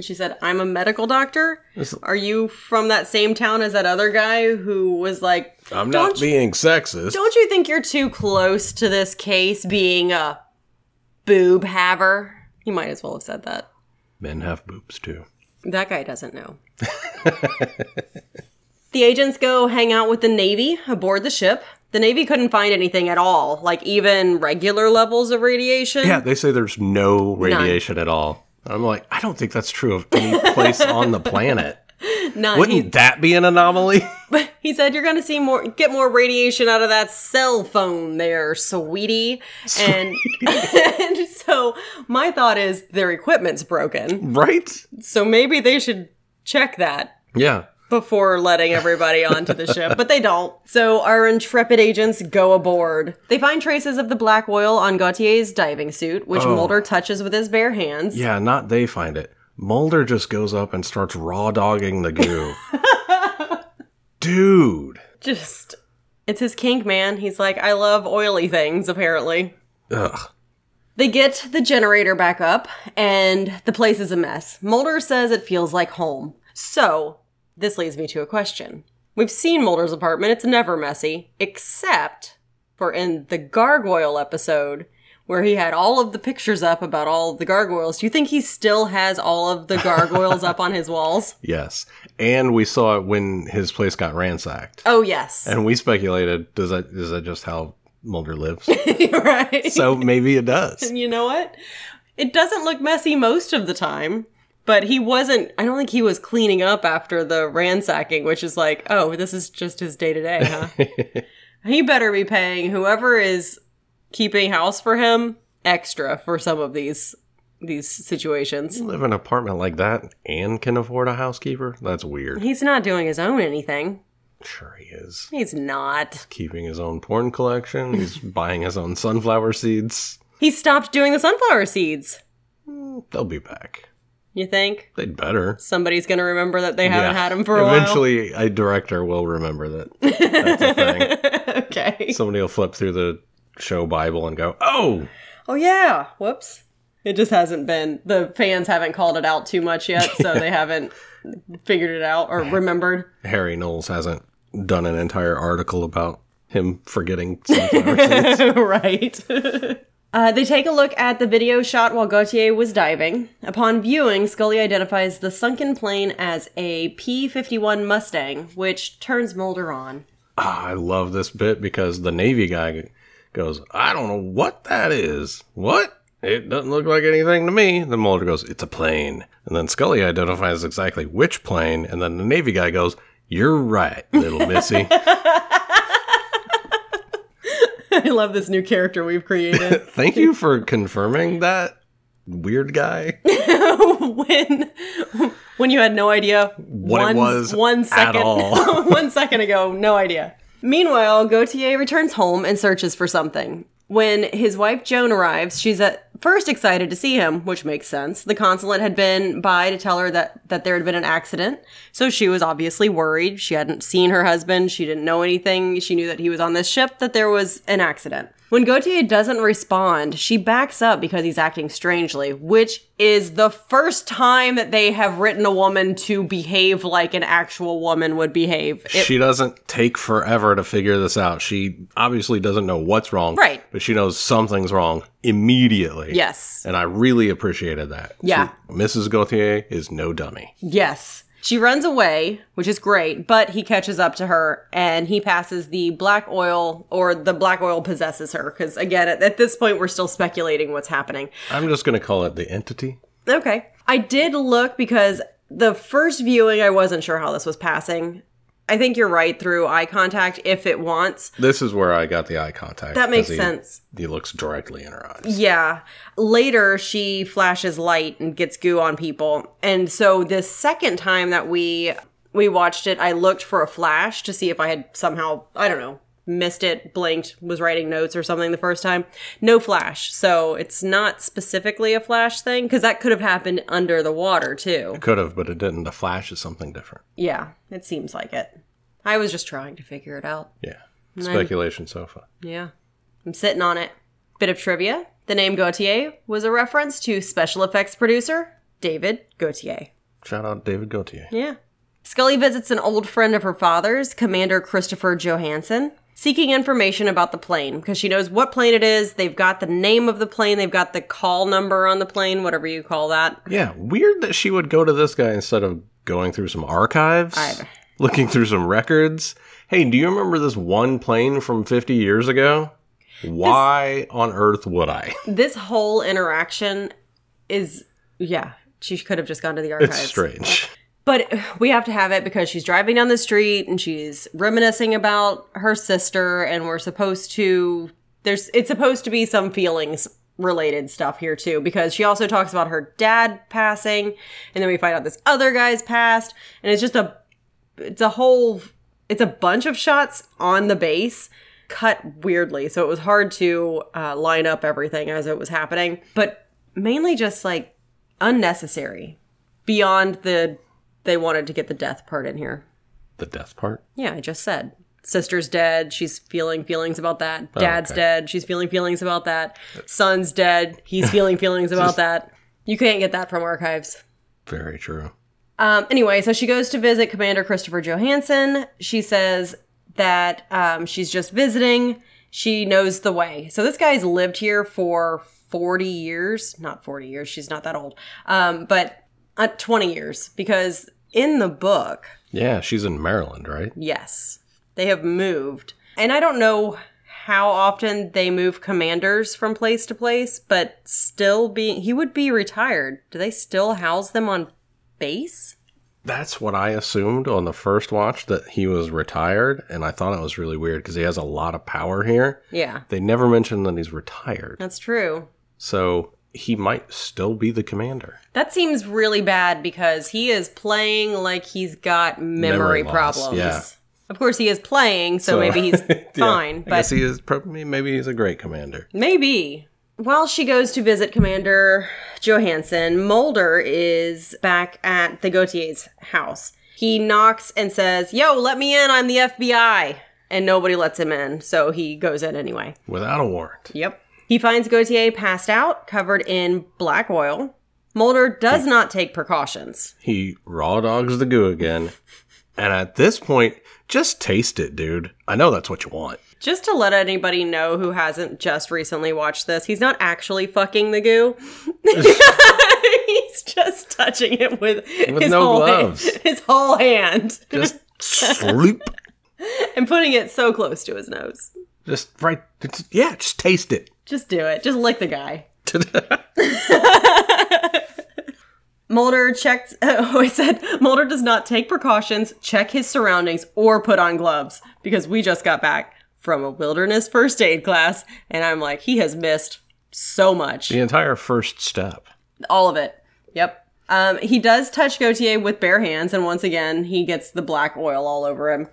she said, I'm a medical doctor. Are you from that same town as that other guy who was like,
I'm
not
not being sexist.
Don't you think you're too close to this case being a boob haver? You might as well have said that.
Men have boobs too.
That guy doesn't know. the agents go hang out with the Navy aboard the ship. The Navy couldn't find anything at all, like even regular levels of radiation.
Yeah, they say there's no radiation at all. I'm like, I don't think that's true of any place on the planet.
None.
Wouldn't that be an anomaly?
He said, "You're gonna see more, get more radiation out of that cell phone there, sweetie." And, and so my thought is their equipment's broken,
right?
so maybe they should check that
Yeah.
before letting everybody onto the ship, but they don't. So our intrepid agents go aboard. They find traces of the black oil on Gautier's diving suit, which Mulder touches with his bare hands.
Yeah, not they find it. Mulder just goes up and starts raw dogging the goo. Dude.
Just, it's his kink, man. He's like, I love oily things, apparently.
Ugh.
They get the generator back up, and the place is a mess. Mulder says it feels like home. So, this leads me to a question. We've seen Mulder's apartment, it's never messy, except for in the gargoyle episode where he had all of the pictures up about all of the gargoyles. Do you think he still has all of the gargoyles up on his walls?
Yes. And we saw it when his place got ransacked.
Oh, yes.
And we speculated, does that is that just how Mulder lives?
right.
so maybe it does.
And you know what? It doesn't look messy most of the time, but he wasn't, I don't think he was cleaning up after the ransacking, which is like, oh, this is just his day to day, huh? he better be paying whoever is keeping house for him extra for some of these these situations.
Live in an apartment like that and can afford a housekeeper? That's weird.
He's not doing his own anything.
Sure he is.
He's not.
Keeping his own porn collection, he's buying his own sunflower seeds.
He stopped doing the sunflower seeds.
They'll be back.
You think
They'd better.
somebody's going to remember that they haven't
Yeah.
had him for a
Eventually, a director will remember that. That's a thing.
while? okay.
Somebody will flip through the show Bible and go, "Oh,
Oh yeah. Whoops. It just hasn't been the fans haven't called it out too much yet, so they haven't figured it out or remembered.
Harry Knowles hasn't done an entire article about him forgetting sunflower seeds."
right. Uh, they take a look at the video shot while Gautier was diving. Upon viewing, Scully identifies the sunken plane as a P 51 Mustang, which turns Mulder on.
Ah, I love this bit because the Navy guy goes, "I don't know what that is. What? It doesn't look like anything to me." Then Mulder goes, "It's a plane," and then Scully identifies exactly which plane, and then the Navy guy goes, "You're right, little missy."
I love this new character we've created.
Thank you for confirming that, weird guy.
when when you had no idea what
it was
one
at
second
all.
one second ago, no idea. Meanwhile, Gautier returns home and searches for something. When his wife Joan arrives, she's at First, excited to see him, which makes sense. The consulate had been by to tell her that, that there had been an accident, so she was obviously worried. She hadn't seen her husband, she didn't know anything. She knew that he was on this ship, that there was an accident. When Gautier doesn't respond, she backs up because he's acting strangely, which is the first time that they have written a woman to behave like an actual woman would behave. It-
she doesn't take forever to figure this out. She obviously doesn't know what's wrong,
Right.
But she knows something's wrong immediately.
yes.
and I really appreciated that.
Yeah.
She- Mrs. Gauthier is no dummy.
Yes. She runs away, which is great, but he catches up to her and he passes the black oil, or the black oil possesses her. Because again, at, at this point, we're still speculating what's happening.
I'm just going to call it the entity.
Okay. I did look because the first viewing, I wasn't sure how this was passing. I think you're right through eye contact if it wants.
This is where I got the eye contact.
That makes
'cause he-
sense.
He looks directly in her eyes.
Yeah. Later, she flashes light and gets goo on people. And so the second time that we we watched it, I looked for a flash to see if I had somehow I don't know missed it, blinked, was writing notes or something the first time. No flash, so it's not specifically a flash thing because that could have happened under the water too.
Could have, but it didn't. The flash is something different.
Yeah, it seems like it. I was just trying to figure it out.
Yeah. Speculation sofa.
Yeah. I'm sitting on it. Bit of trivia the name Gautier was a reference to special effects producer David Gautier.
Shout out David Gautier.
Yeah. Scully visits an old friend of her father's, Commander Christopher Johansen, seeking information about the plane because she knows what plane it is. They've got the name of the plane, they've got the call number on the plane, whatever you call that.
Yeah, weird that she would go to this guy instead of going through some archives,
I-
looking through some records. Hey, do you remember this one plane from 50 years ago? Why on earth would I?
This whole interaction is, yeah, she could have just gone to the archives.
It's strange.
But we have to have it because she's driving down the street and she's reminiscing about her sister, and we're supposed to. There's it's supposed to be some feelings related stuff here too because she also talks about her dad passing, and then we find out this other guy's passed, and it's just a it's a whole it's a bunch of shots on the base cut weirdly, so it was hard to uh, line up everything as it was happening, but mainly just like unnecessary beyond the they wanted to get the death part in here.
The death part?
Yeah, I just said. Sister's dead. She's feeling feelings about that. Dad's
okay.
dead. She's feeling feelings about that. Son's dead. He's feeling feelings about that. You can't get that from archives.
Very true.
Um, anyway, so she goes to visit Commander Christopher Johansen. She says that um, she's just visiting. She knows the way. So this guy's lived here for 40 years. Not 40 years. She's not that old. Um, but uh, 20 years. Because in the book,
Yeah, she's in Maryland, right?
Yes. They have moved. And I don't know how often they move commanders from place to place, but still being he would be retired. Do they still house them on base?
That's what I assumed on the first watch that he was retired, and I thought it was really weird because he has a lot of power here.
Yeah.
They never mentioned that he's retired,
That's true.
so he might still be the commander.
That seems really bad because he is playing like he's got memory,
Memory loss,
problems.
yeah.
Of course he is playing, so, maybe he's
Yeah,
fine,
I
but
guess he is probably maybe he's a great commander.
Maybe. While she goes to visit Commander Johansen, Mulder is back at the Gautier's house. He knocks and says, Yo, let me in, I'm the FBI. And nobody lets him in, so he goes in anyway.
Without a warrant.
Yep. He finds Gautier passed out, covered in black oil. Mulder does not take precautions.
He raw dogs the goo again. And at this point, just taste it, dude. I know that's what you want.
Just to let anybody know who hasn't just recently watched this, he's not actually fucking the goo. he's just touching it with, his
no
whole
gloves.
hand, his whole hand,
Just sloop.
and putting it so close to his nose.
Just right. it's- yeah, just taste it.
Just do it. Just lick the guy. Mulder checked. Oh, I said Mulder does not take precautions, check his surroundings, or put on gloves because we just got back from a wilderness first aid class, and I'm like, he has missed so much.
the entire first step.
All of it. Yep. Um, he does touch Gautier with bare hands, and once again, he gets the black oil all over him.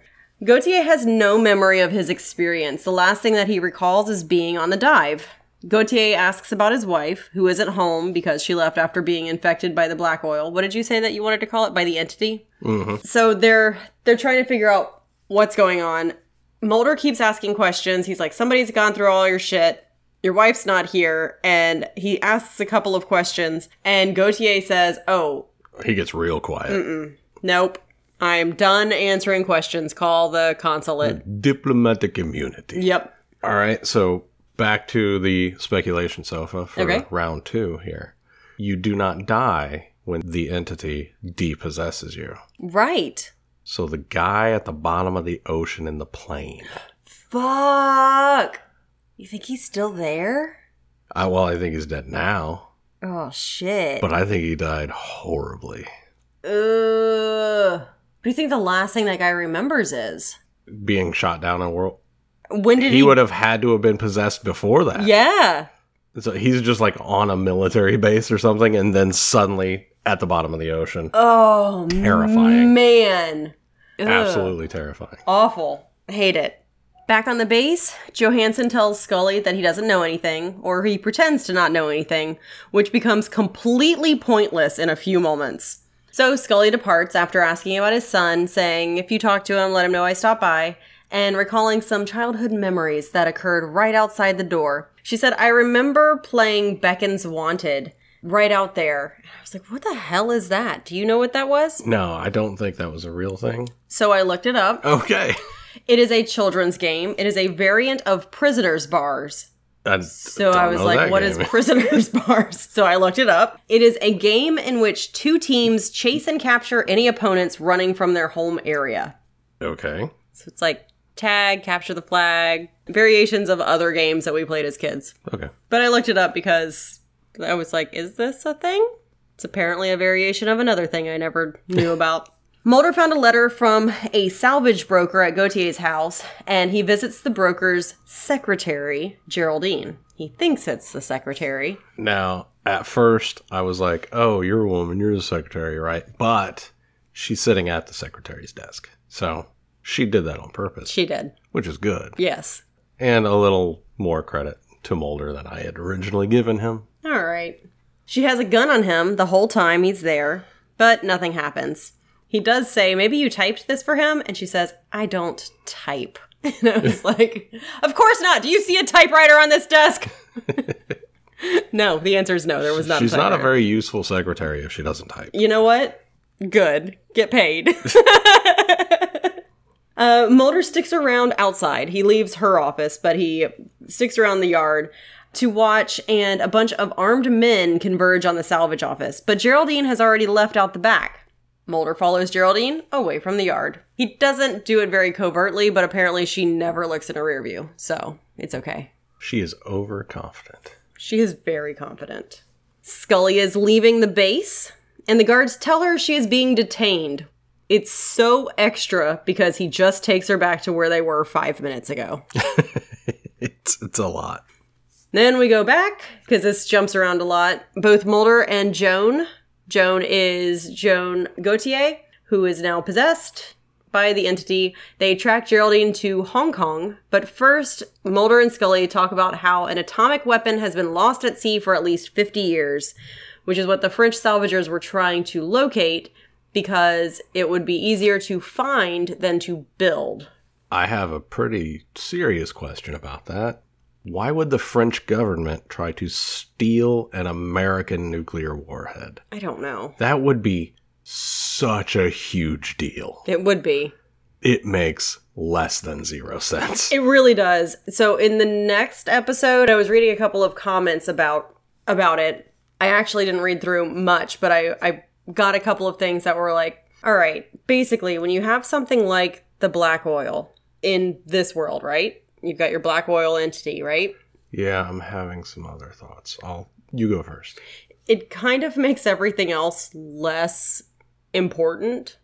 Gautier has no memory of his experience. The last thing that he recalls is being on the dive. Gautier asks about his wife, who isn't home because she left after being infected by the black oil. What did you say that you wanted to call it? By the entity? So they're they're trying to figure out what's going on. Mulder keeps asking questions. He's like, somebody's gone through all your shit. Your wife's not here. And he asks a couple of questions. And Gautier says, Oh,
He gets real quiet.
nope. I'm done answering questions. Call the consulate.
Diplomatic immunity.
Yep.
All right, so back to the speculation sofa for
Okay.
round two here. You do not die when the entity depossesses you.
Right.
So the guy at the bottom of the ocean in the plane.
Fuck. You think he's still there?
I, well, I think he's dead now,
Oh, shit.
but I think he died horribly.
Ugh. What do you think the last thing that guy remembers is?
Being shot down in world,
When did
he would have had to have been possessed before that.
Yeah.
So he's just like on a military base or something, and then suddenly at the bottom of the ocean.
Oh,
Terrifying.
man. Ugh.
Absolutely terrifying.
Awful. Hate it. Back on the base, Johansson tells Scully that he doesn't know anything, or he pretends to not know anything, which becomes completely pointless in a few moments. So Scully departs after asking about his son, saying, If you talk to him, let him know I stopped by, and recalling some childhood memories that occurred right outside the door. She said, I remember playing Beckons Wanted right out there. And I was like, What the hell is that? Do you know what that was?
No, I don't think that was a real thing.
So I looked it up.
Okay.
It is a children's game. It is a variant of Prisoner's Bars.
I
So I was like, what is Prisoner's Bars? So I looked it up. It is a game in which two teams chase and capture any opponents running from their home area.
okay?
So it's like tag, capture the flag, variations of other games that we played as kids.
Okay.
But I looked it up because I was like, is this a thing? It's apparently a variation of another thing I never knew about. Mulder found a letter from a salvage broker at Gautier's house, and he visits the broker's secretary, Geraldine. He thinks it's the secretary.
Now, at first, I was like, "Oh, you're a woman. You're the secretary, right?" But she's sitting at the secretary's desk, so she did that on purpose,
She did.
which is good,
Yes.
and a little more credit to Mulder than I had originally given him.
All right. She has a gun on him the whole time he's there, but nothing happens. He does say, Maybe you typed this for him? And she says, I don't type. And I was like, Of course not. Do you see a typewriter on this desk? no, the answer is no. There was not
She's
a
not
typewriter.
a very useful secretary if she doesn't type.
You know what? Good. Get paid. uh, Mulder sticks around outside. He leaves her office, but he sticks around the yard to watch, and a bunch of armed men converge on the salvage office. But Geraldine has already left out the back. Mulder follows Geraldine away from the yard. He doesn't do it very covertly, but apparently she never looks in her rear view, so it's okay.
She is overconfident.
She is very confident. Scully is leaving the base, and the guards tell her she is being detained. It's so extra because he just takes her back to where they were five minutes ago.
It's it's a lot.
then we go back because this jumps around a lot. Both Mulder and Joan. Joan is Joan Gautier, who is now possessed by the entity. They track Geraldine to Hong Kong, but first, Mulder and Scully talk about how an atomic weapon has been lost at sea for at least 50 years, which is what the French salvagers were trying to locate because it would be easier to find than to build.
I have a pretty serious question about that. Why would the French government try to steal an American nuclear warhead?
I don't know.
That would be such a huge deal.
It would be.
It makes less than zero sense.
It really does. So in the next episode, I was reading a couple of comments about about it. I actually didn't read through much, but I I got a couple of things that were like, all right, basically when you have something like the black oil in this world, right? You've got your black oil entity, right?
Yeah, I'm having some other thoughts. I'll you go first.
It kind of makes everything else less important.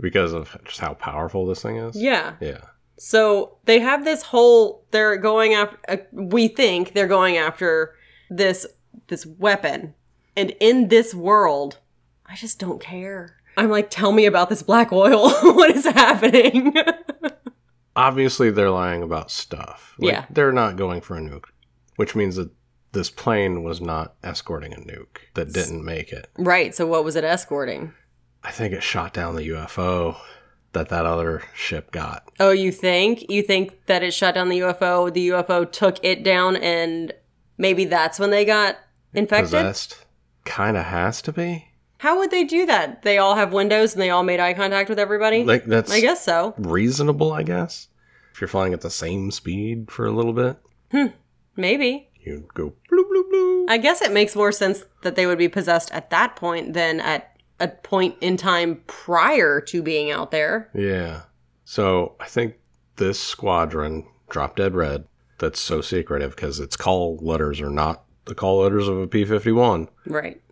Because of just how powerful this thing is?
Yeah.
Yeah.
So they have this whole they're going after uh, we think they're going after this this weapon. And in this world, I just don't care. I'm like tell me about this black oil. what is happening?
Obviously they're lying about stuff. Like,
Yeah.
They're not going for a nuke, which means that this plane was not escorting a nuke that didn't make it.
Right. So what was it escorting?
I think it shot down the UFO that that other ship got.
Oh, you think? You think that it shot down the UFO, the UFO took it down, and maybe that's when they got infected?
Possessed. Kind of has to be.
How would they do that? They all have windows and they all made eye contact with everybody?
Like that's
I guess so.
reasonable, I guess. If you're flying at the same speed for a little bit,
Maybe.
you go bloop bloop bloop.
I guess it makes more sense that they would be possessed at that point than at a point in time prior to being out there.
Yeah. So I think this squadron, Drop Dead Red, that's so secretive because its call letters are not the call letters of a P 51.
Right.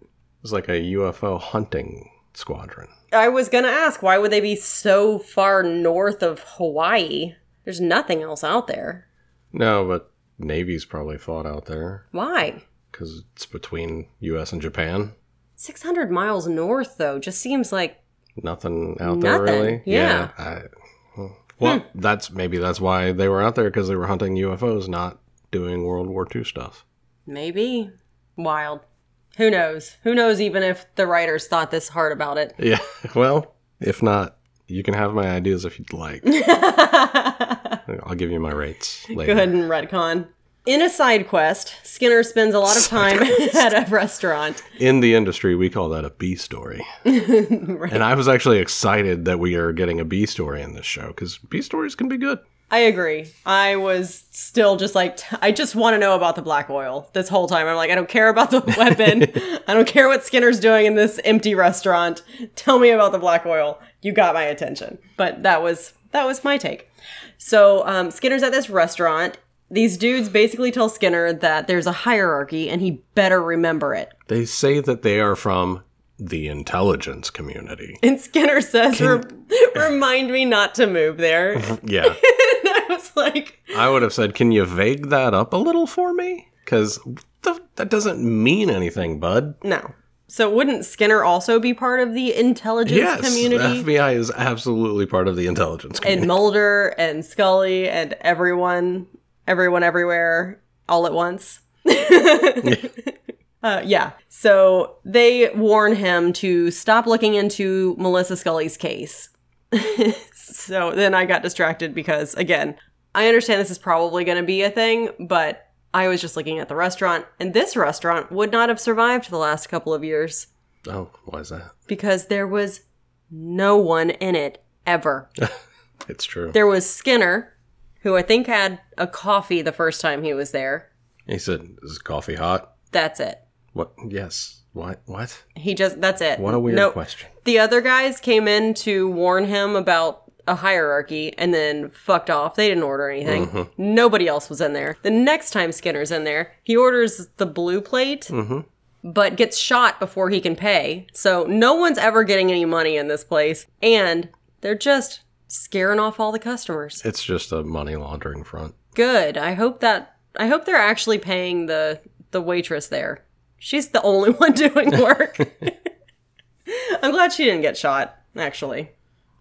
It's like a UFO hunting squadron.
I was going to ask why would they be so far north of Hawaii? There's nothing else out there.
No, but Navy's probably fought out there
Why?
because it's between U.S. and Japan.
600 miles north though just seems like
Nothing out there
Nothing,
really.
yeah. Hmm.
I, well, that's maybe that's why they were out there because they were hunting UFOs, not doing World War II stuff.
maybe wild. Who knows? Who knows even if the writers thought this hard about it.
Yeah. Well, if not, you can have my ideas if you'd like. I'll give you my rates
Go
later.
ahead and retcon. In a side quest, Skinner spends a lot of time at a restaurant.
In the industry, we call that a B story. And I was actually excited that we are getting a B story in this show because B stories can be good.
I agree. I was still just like, t- I just want to know about the black oil this whole time. I'm like, I don't care about the weapon. I don't care what Skinner's doing in this empty restaurant. Tell me about the black oil. You got my attention. But that was that was my take. So um, Skinner's at this restaurant. These dudes basically tell Skinner that there's a hierarchy and he better remember it.
They say that they are from the intelligence community.
And Skinner says, "Rem- "Remind me not to move there." and
Yeah.
I was like,
I would have said, can you vague that up a little for me? Because that doesn't mean anything, bud.
"No." So wouldn't Skinner also be part of the intelligence
Yes, the
community?
FBI is absolutely part of the intelligence community.
and Mulder and Scully and everyone, everyone everywhere, all at once. Uh, yeah. So they warn him to stop looking into Melissa Scully's case. so then I got distracted because, again, I understand this is probably going to be a thing, but I was just looking at the restaurant, and this restaurant would not have survived the last couple of years
oh, why is that?
because there was no one in it ever.
It's true.
There was Skinner, who I think had a coffee the first time he was there.
He said, is coffee hot?
That's it.
What? Yes. What? What?
He just that's it.
What a weird
No-
question.
The other guys came in to warn him about a hierarchy and then fucked off. They didn't order anything. Nobody else was in there. The next time Skinner's in there, he orders the blue plate, but gets shot before he can pay. So no one's ever getting any money in this place. And they're just scaring off all the customers.
It's just a money laundering front.
Good. I hope that I hope they're actually paying the the waitress there. She's the only one doing work. I'm glad she didn't get shot, actually.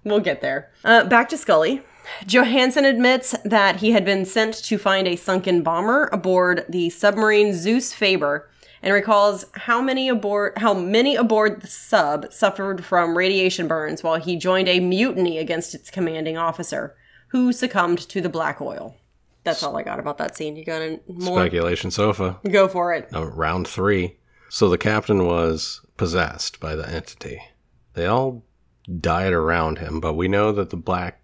We'll get there. Uh, back to Scully. Johansson admits that he had been sent to find a sunken bomber aboard the submarine Zeus Faber and recalls how many aboard how many aboard the sub suffered from radiation burns while he joined a mutiny against its commanding officer, who succumbed to the black oil. That's all I got about that scene. You got any more?
Speculation sofa.
Go for it.
Uh, round three. So the captain was possessed by the entity. They all died around him, but we know that the black.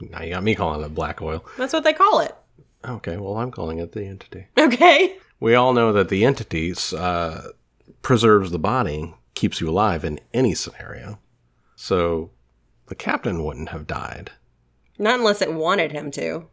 Now you got me calling it black oil.
That's what they call it.
Okay, well, I'm calling it the entity.
Okay.
We all know that the entity uh, preserves the body, keeps you alive in any scenario. So the captain wouldn't have died,
Not unless it wanted him to.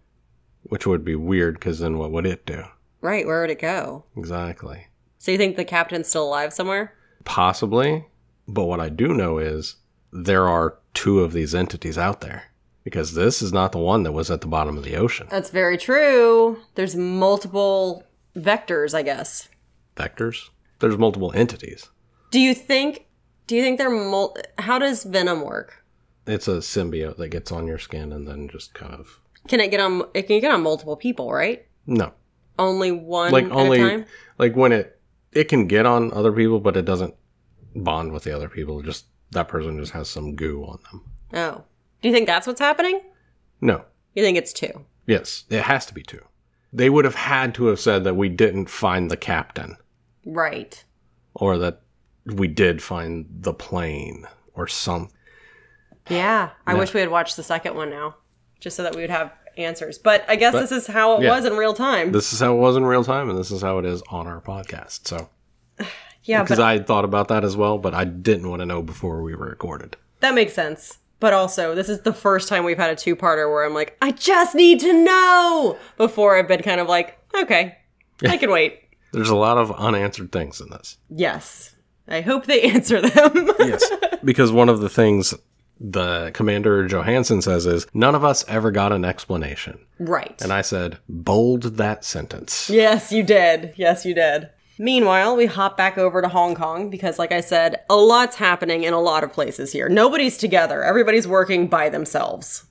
which would be weird because then what would it do?
Right, where would it go?
Exactly.
So you think the captain's still alive somewhere?
Possibly. But what I do know is there are two of these entities out there because this is not the one that was at the bottom of the ocean.
That's very true. There's multiple vectors, I guess.
Vectors? There's multiple entities.
Do you think do you think they're mul- how does venom work?
It's a symbiote that gets on your skin and then just kind of.
Can it get on it can get on multiple people, right?
No.
Only one
like
at
only
a time.
like when it it can get on other people, but it doesn't bond with the other people. Just that person just has some goo on them.
Oh, do you think that's what's happening?
No,
You think it's two?
yes, it has to be two. They would have had to have said that we didn't find the captain,
Right.
or that we did find the plane, or some.
Yeah. I wish we had watched the second one now, just so that we would have answers. But I guess this is how it
yeah.
was in real time.
This is how it was in real time, and this is how it is on our podcast. So
yeah,
because
but
I had thought about that as well, but I didn't want to know before we recorded.
that makes sense. But also, this is the first time we've had a two parter where I'm like, I just need to know. Before I've been kind of like, okay, I can wait.
There's a lot of unanswered things in this.
Yes. I hope they answer them.
yes. Because one of the things the commander Johansson says is none of us ever got an explanation.
right.
And I said, bold that sentence.
Yes, you did. Yes, you did. Meanwhile, we hop back over to Hong Kong because, like I said, a lot's happening in a lot of places here. Nobody's together, everybody's working by themselves.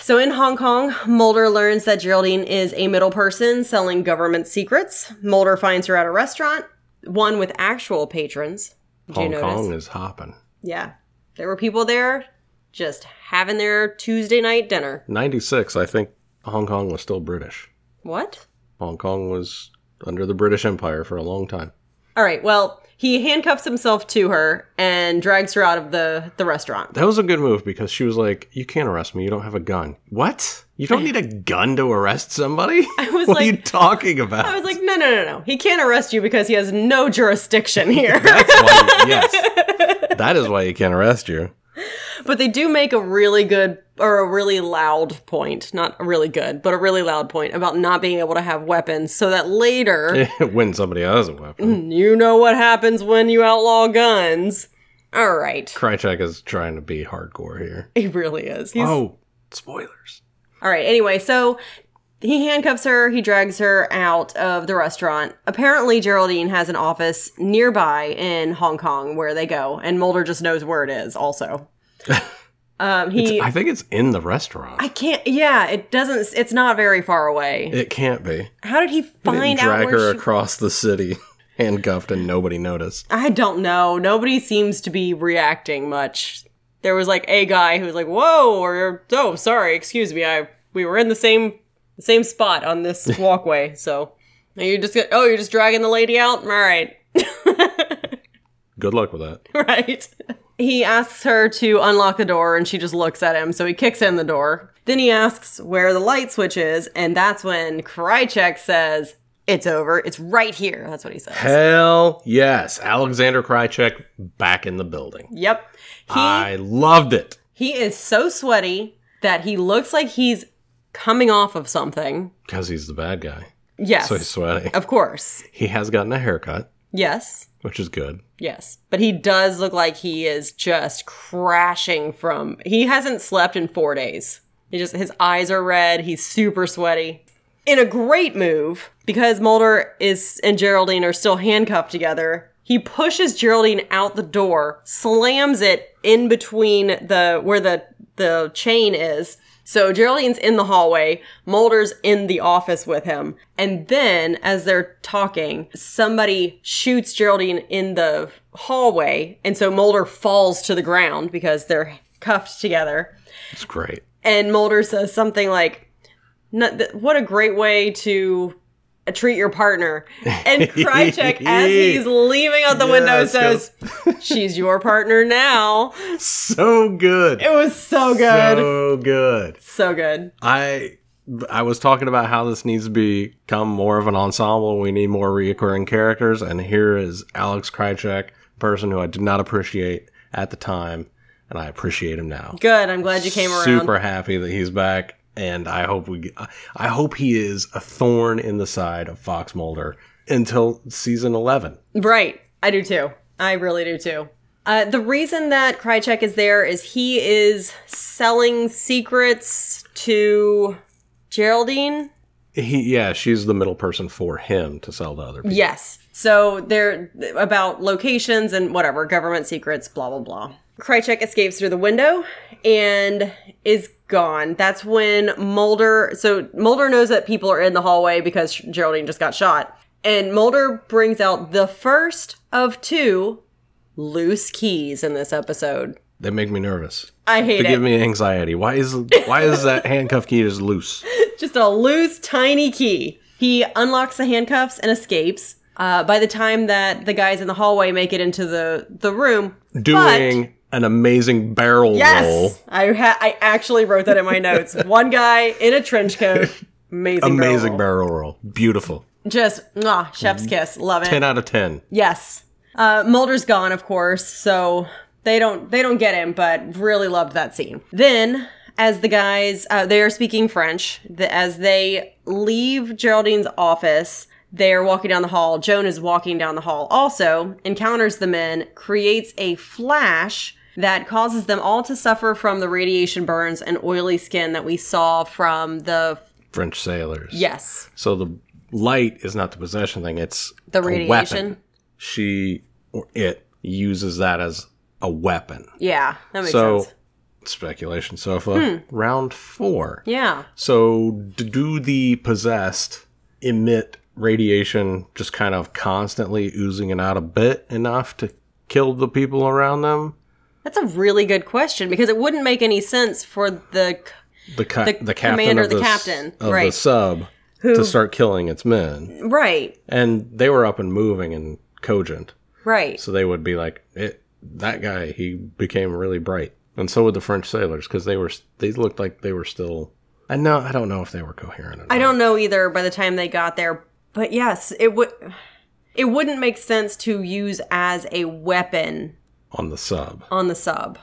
So in Hong Kong, Mulder learns that Geraldine is a middle person selling government secrets. Mulder finds her at a restaurant, one with actual patrons. Did
Hong
you notice?
Kong is hopping.
Yeah. There were people there just having their Tuesday night dinner.
96, I think Hong Kong was still British.
What?
Hong Kong was under the British Empire for a long time.
All right. Well, he handcuffs himself to her and drags her out of the the restaurant.
That was a good move because she was like, You can't arrest me. You don't have a gun. What? You don't need a gun to arrest somebody? I
was
what are
like-
you talking about?
I was like, no, no, no, no. He can't arrest you because he has no jurisdiction here.
That's why, yes. That is why he can't arrest you.
but they do make a really good or a really loud point, not a really good, but a really loud point about not being able to have weapons so that later
when somebody has a weapon.
you know what happens when you outlaw guns. All right.
Krychek is trying to be hardcore here.
He really is. He's
Oh, spoilers.
All right. Anyway, so he handcuffs her. He drags her out of the restaurant. Apparently, Geraldine has an office nearby in Hong Kong where they go, and Mulder just knows where it is. Also, um, he.
I
I-
think it's in the restaurant.
can't. Yeah, it doesn't. It's not very far away.
it can't be.
How did he
Didn't
find out
drag
where
her
she?
across the city, handcuffed, and nobody noticed.
I don't know. Nobody seems to be reacting much. There was like a guy who was like, "Whoa," or "Oh, sorry, excuse me. I we were in the same the same spot on this walkway." So and you're just gonna, oh, you're just dragging the lady out. All right,
Good luck with that.
right. He asks her to unlock the door, and she just looks at him. So he kicks in the door. Then he asks where the light switch is, and that's when Krychek says, "It's over. It's right here." That's what he says.
Hell yes. Alexander Krychek back in the building.
Yep. He
I loved it.
He is so sweaty that he looks like he's coming off of something.
Because he's the bad guy.
Yes.
So he's sweaty.
of course.
He has gotten a haircut,
Yes.
which is good.
Yes. But he does look like he is just crashing from he hasn't slept in 4 days. He just his eyes are red, he's super sweaty. In a great move because Mulder is and Geraldine are still handcuffed together. He pushes Geraldine out the door, slams it in between the where the the chain is. So Geraldine's in the hallway, Mulder's in the office with him. And then as they're talking, somebody shoots Geraldine in the hallway, and so Mulder falls to the ground because they're cuffed together.
It's great.
And Mulder says something like, "Not th- "What a great way to uh, treat your partner." And Krychek, as he's leaving out the window,
Yes,
says, "She's your partner now."
So good.
It was so good, so,
So good.
good.
I I was talking about how this needs to become more of an ensemble. We need more reoccurring characters, and here is Alex Krychek, person who I did not appreciate at the time, and I appreciate him now.
Good. I'm glad you came around.
Super happy that he's back, and I hope we. I hope he is a thorn in the side of Fox Mulder until season eleven.
Right. I do too. I really do too. Uh, the reason that Krychek is there is he is selling secrets to Geraldine.
He, yeah, she's the middle person for him to sell to other people.
Yes. So they're about locations and whatever, government secrets, blah, blah, blah. Krychek escapes through the window and is gone. That's when Mulder. So Mulder knows that people are in the hallway because Geraldine just got shot. And Mulder brings out the first of two loose keys in this episode.
They make me nervous.
I hate
They
it.
give me anxiety. Why is why is that handcuff key just loose?
just a loose, tiny key. He unlocks the handcuffs and escapes. Uh, by the time that the guys in the hallway make it into the the room,
Doing an amazing barrel roll.
yes, I ha- I actually wrote that in my notes. One guy in a trench coat, amazing,
Amazing
barrel.
barrel roll. Beautiful.
roll. Just ah, chef's kiss, love it.
Ten out of ten.
Yes, uh, Mulder's gone, of course, so they don't they don't get him. But really loved that scene. Then, as the guys uh, they are speaking French, the, as they leave Geraldine's office, they are walking down the hall. Joan is walking down the hall, also encounters the men, creates a flash that causes them all to suffer from the radiation burns and oily skin that we saw from the
French sailors.
yes
So the light is not the possession thing, it's
the
a weapon.
radiation.
She or it uses that as a weapon.
Yeah, that makes
so
sense. Hmm.
speculation sofa. Round four.
Yeah.
So d- do the possessed emit radiation just kind of constantly oozing it out a bit enough to kill the people around them?
That's a really good question because it wouldn't make any sense for the
The, ca-
The
the, captain
commander,
of
the
the, s-
captain,
of the
right.
sub to start killing its men.
right,
and they were up and moving and cogent
right.
so they would be like it that guy he became really bright and so would the french sailors because they were they looked like they were still i know i don't know if they were coherent or
I
not.
don't know either by the time they got there, but yes, it would it wouldn't make sense to use as a weapon
on the sub
on the sub.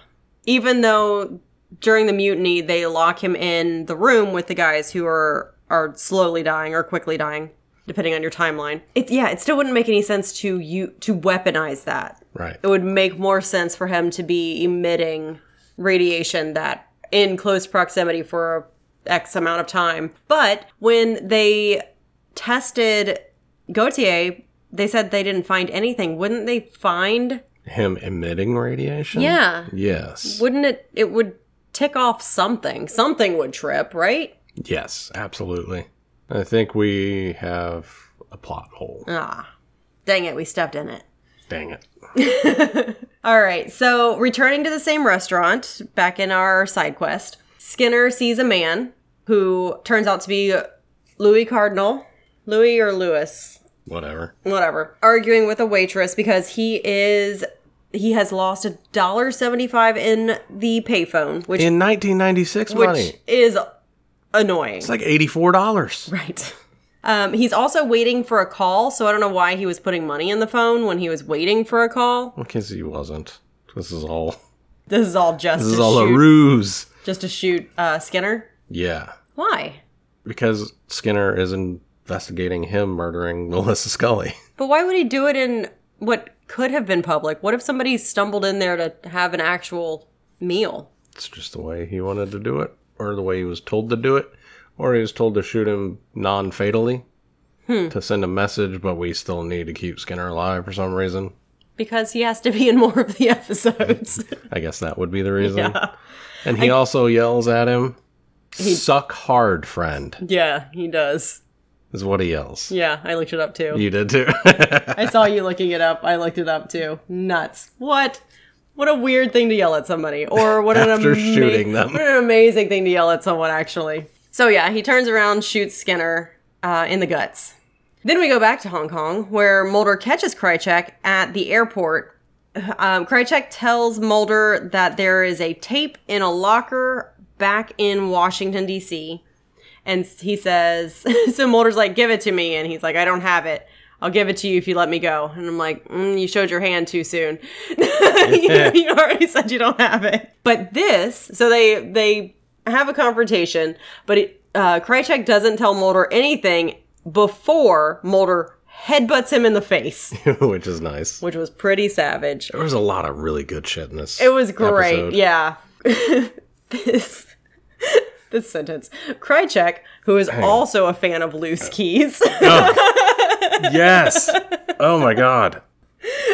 Even though during the mutiny they lock him in the room with the guys who are are slowly dying or quickly dying depending on your timeline. It yeah, it still wouldn't make any sense to you to weaponize that.
right
it would make more sense for him to be emitting radiation that in close proximity for X amount of time. But when they tested Gautier, they said they didn't find anything. Wouldn't they find?
him emitting radiation
Yeah.
yes
Wouldn't it? It would tick off something. Something would trip, right?
yes absolutely i think we have a plot hole
Ah, dang it, we stepped in it.
dang it
All right, so returning to the same restaurant, back in our side quest, Skinner sees a man who turns out to be Louis Cardinal, Louis or Louis,
whatever
whatever, arguing with a waitress because he is he has lost a dollar seventy five in the payphone, which
in 1996
which
money
is annoying.
it's like $84
Right. Um, he's also waiting for a call, so I don't know why he was putting money in the phone when he was waiting for a call.
because he wasn't this is all
This is all just
this is
to
all a
shoot,
ruse
just to shoot uh, Skinner.
yeah
Why?
because Skinner is investigating him murdering Melissa Scully.
But why would he do it in what could have been public? What if somebody stumbled in there to have an actual meal?
It's just the way he wanted to do it, or the way he was told to do it, or he was told to shoot him non fatally
Hmm.
to send a message, but we still need to keep Skinner alive for some reason.
Because he has to be in more of the episodes.
I guess that would be the reason. And he also yells at him, Suck hard, friend,
yeah, he does.
is what he yells.
Yeah, I looked it up too.
You did too.
I saw you looking it up. I looked it up too. Nuts. What? What a weird thing to yell at somebody, or what an
After
ama-
shooting them.
What an amazing thing to yell at someone, actually. So yeah, he turns around, shoots Skinner uh, in the guts. Then we go back to Hong Kong, where Mulder catches Krychek at the airport. Um, Krychek tells Mulder that there is a tape in a locker back in Washington D.C. And he says, so Mulder's like, give it to me. And he's like, I don't have it. I'll give it to you if you let me go. And I'm like, mm, you showed your hand too soon. you, you already said you don't have it. But this, so they they have a confrontation, but it, uh, Krychek doesn't tell Mulder anything before Mulder headbutts him in the face,
Which is nice.
which was pretty savage.
There was a lot of really good shit in this.
It was great.
episode.
Yeah. this this sentence. Krychek, who is also a fan of loose keys,
Yes. Oh my god.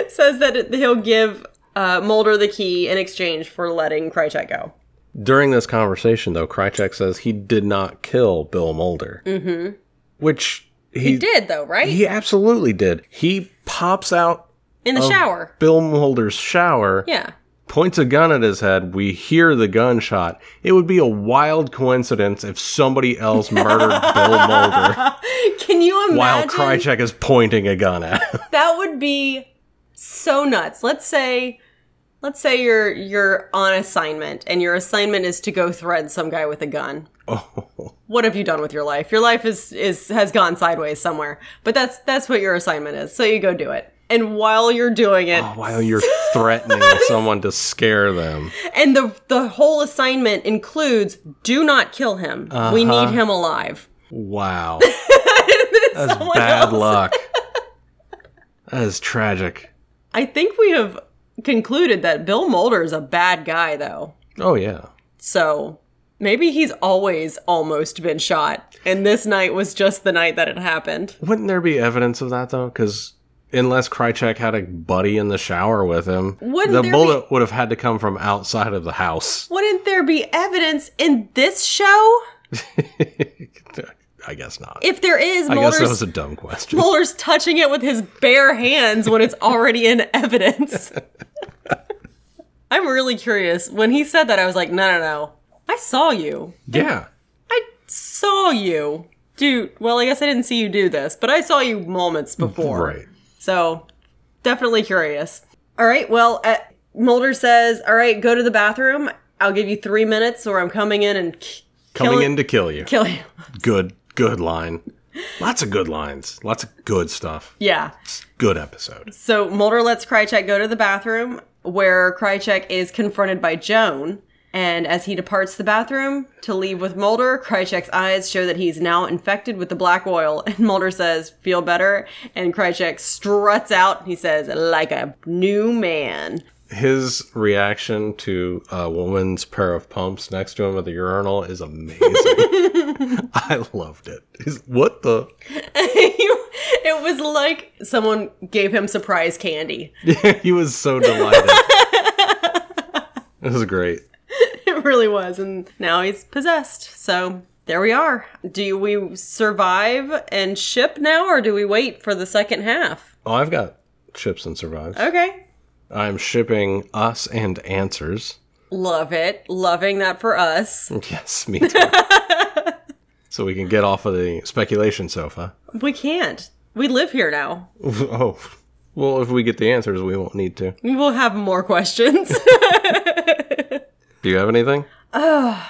says that it- he'll give uh, Mulder the key in exchange for letting Krychek go.
During this conversation, though, Krychek says he did not kill Bill Mulder. Mm-hmm. Which he,
He did, though, right?
He absolutely did. He pops out
in
oh.
the shower.
Bill Mulder's shower,
Yeah.
points a gun at his head. We hear the gunshot. It would be a wild coincidence if somebody else murdered Bill Mulder
Can you
while
imagine?
Krychek is pointing a gun at him.
that would be so nuts. Let's say let's say you're you're on assignment and your assignment is to go thread some guy with a gun.
Oh.
What have you done with your life? Your life is is has gone sideways somewhere. But that's that's what your assignment is. So you go do it. And while you're doing it,
While you're threatening someone to scare them.
and the the whole assignment includes do not kill him.
Uh-huh.
We need him alive.
Wow. That's
Someone
bad
else-
luck. That is tragic.
I think we have concluded that Bill Mulder is a bad guy though.
Oh, yeah.
So maybe he's always almost been shot, and this night was just the night that it happened.
Wouldn't there be evidence of that, though? Because unless Krychek had a buddy in the shower with him,
Wouldn't
the
there
bullet would have had to come from outside of the house.
Wouldn't there be evidence in this show?
I guess not.
If there is,
I guess that was
Mulder's,
a dumb question.
Mulder's touching it with his bare hands when it's already in evidence. I'm really curious. When he said that, I was like, no, no, no. I saw you.
Yeah.
I saw you. Dude, well, I guess I didn't see you do this, but I saw you moments before.
Right.
So, definitely curious. All right. Well, uh, Mulder says, "All right, go to the bathroom. I'll give you three minutes, or I'm coming in and k-
Coming
kill-
in to kill you.
kill you."
Good, good line. Lots of good lines. Lots of good stuff.
yeah.
Good episode.
So Mulder lets Krychek go to the bathroom, where Krychek is confronted by Joan. And as he departs the bathroom to leave with Mulder, Krychek's eyes show that he's now infected with the black oil. And Mulder says, "Feel better?" And Krychek struts out. He says, "Like a new man."
His reaction to a woman's pair of pumps next to him at the urinal is amazing. I loved it. He's- what the?
it was like someone gave him surprise candy.
he was so delighted. this is great.
It really was, and now he's possessed. So there we are. Do we survive and ship now, or do we wait for the second half?
Oh, I've got ships and survives.
Okay.
I'm shipping us and answers.
Love it. Loving that for us.
Yes, me too. so we can get off of the speculation sofa.
We can't. We live here now.
oh, well, if we get the answers, we won't need to.
We will have more questions.
Do you have anything?
I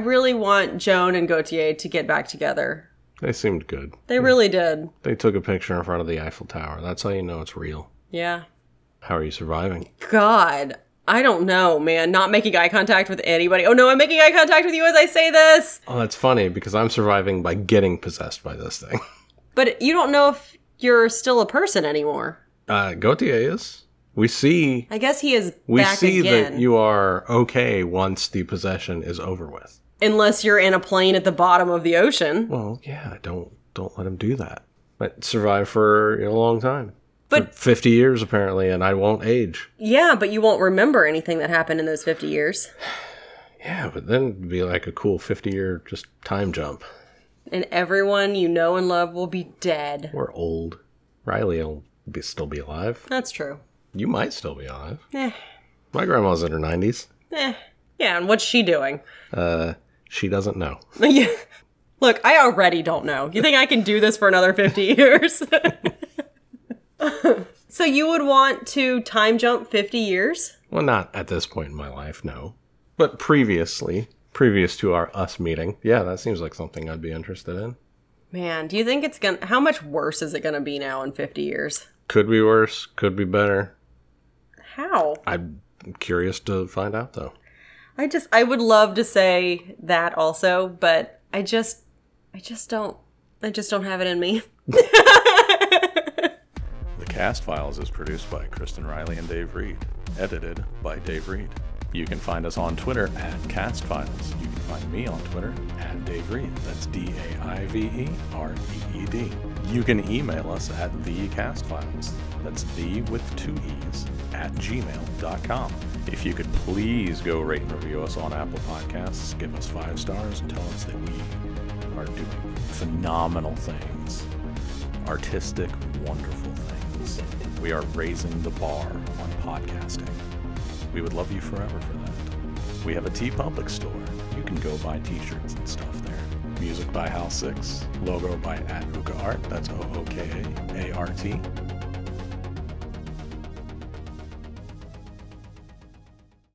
really want Joan and Gautier to get back together.
They seemed good.
They really did.
They took a picture in front of the Eiffel Tower. That's how you know it's real.
Yeah.
How are you surviving?
God, I don't know, man. Not making eye contact with anybody. Oh no, I'm making eye contact with you as I say this.
Oh, that's funny because I'm surviving by getting possessed by this thing.
But you don't know if you're still a person anymore.
Uh, Gautier is. We see
I guess he is
we
back
see
again.
that you are okay once the possession is over with.
Unless you're in a plane at the bottom of the ocean.
Well, yeah, don't don't let him do that. But survive for a long time.
But-
for 50 years apparently and I won't age.
Yeah, but you won't remember anything that happened in those 50 years.
Yeah, but then it'd be like a cool 50 year just time jump.
And everyone you know and love will be dead.
We're old. Riley will be, still be alive.
That's true.
You might still be alive.
Eh.
My grandma's in her 90s.
Eh. Yeah, and what's she doing?
Uh, she doesn't know.
Yeah. Look, I already don't know. You think I can do this for another 50 years? so you would want to time jump 50 years?
Well, not at this point in my life, no. But previously, previous to our us meeting, yeah, that seems like something I'd be interested in.
Man, do you think it's going to how much worse is it going to be now in 50 years?
Could be worse, could be better.
How?
I'm curious to find out, though.
I just I would love to say that also, but I just I just don't I just don't have it in me.
The Cast Files is produced by Kristen Riley and Dave Reed, edited by Dave Reed.
You can find us on Twitter at Cast Files. You can find me on Twitter at Dave Reed. That's D A I V E R E E D. You can email us at thecastfiles. That's the with two e's at gmail.com. If you could please go rate and review us on Apple Podcasts, give us five stars, and tell us that we are doing phenomenal things, artistic, wonderful things. We are raising the bar on podcasting. We would love you forever for that. We have a T Public store. You can go buy t shirts and stuff there. Music by Hal Six, logo by at Uka Art, that's O O K A A R T.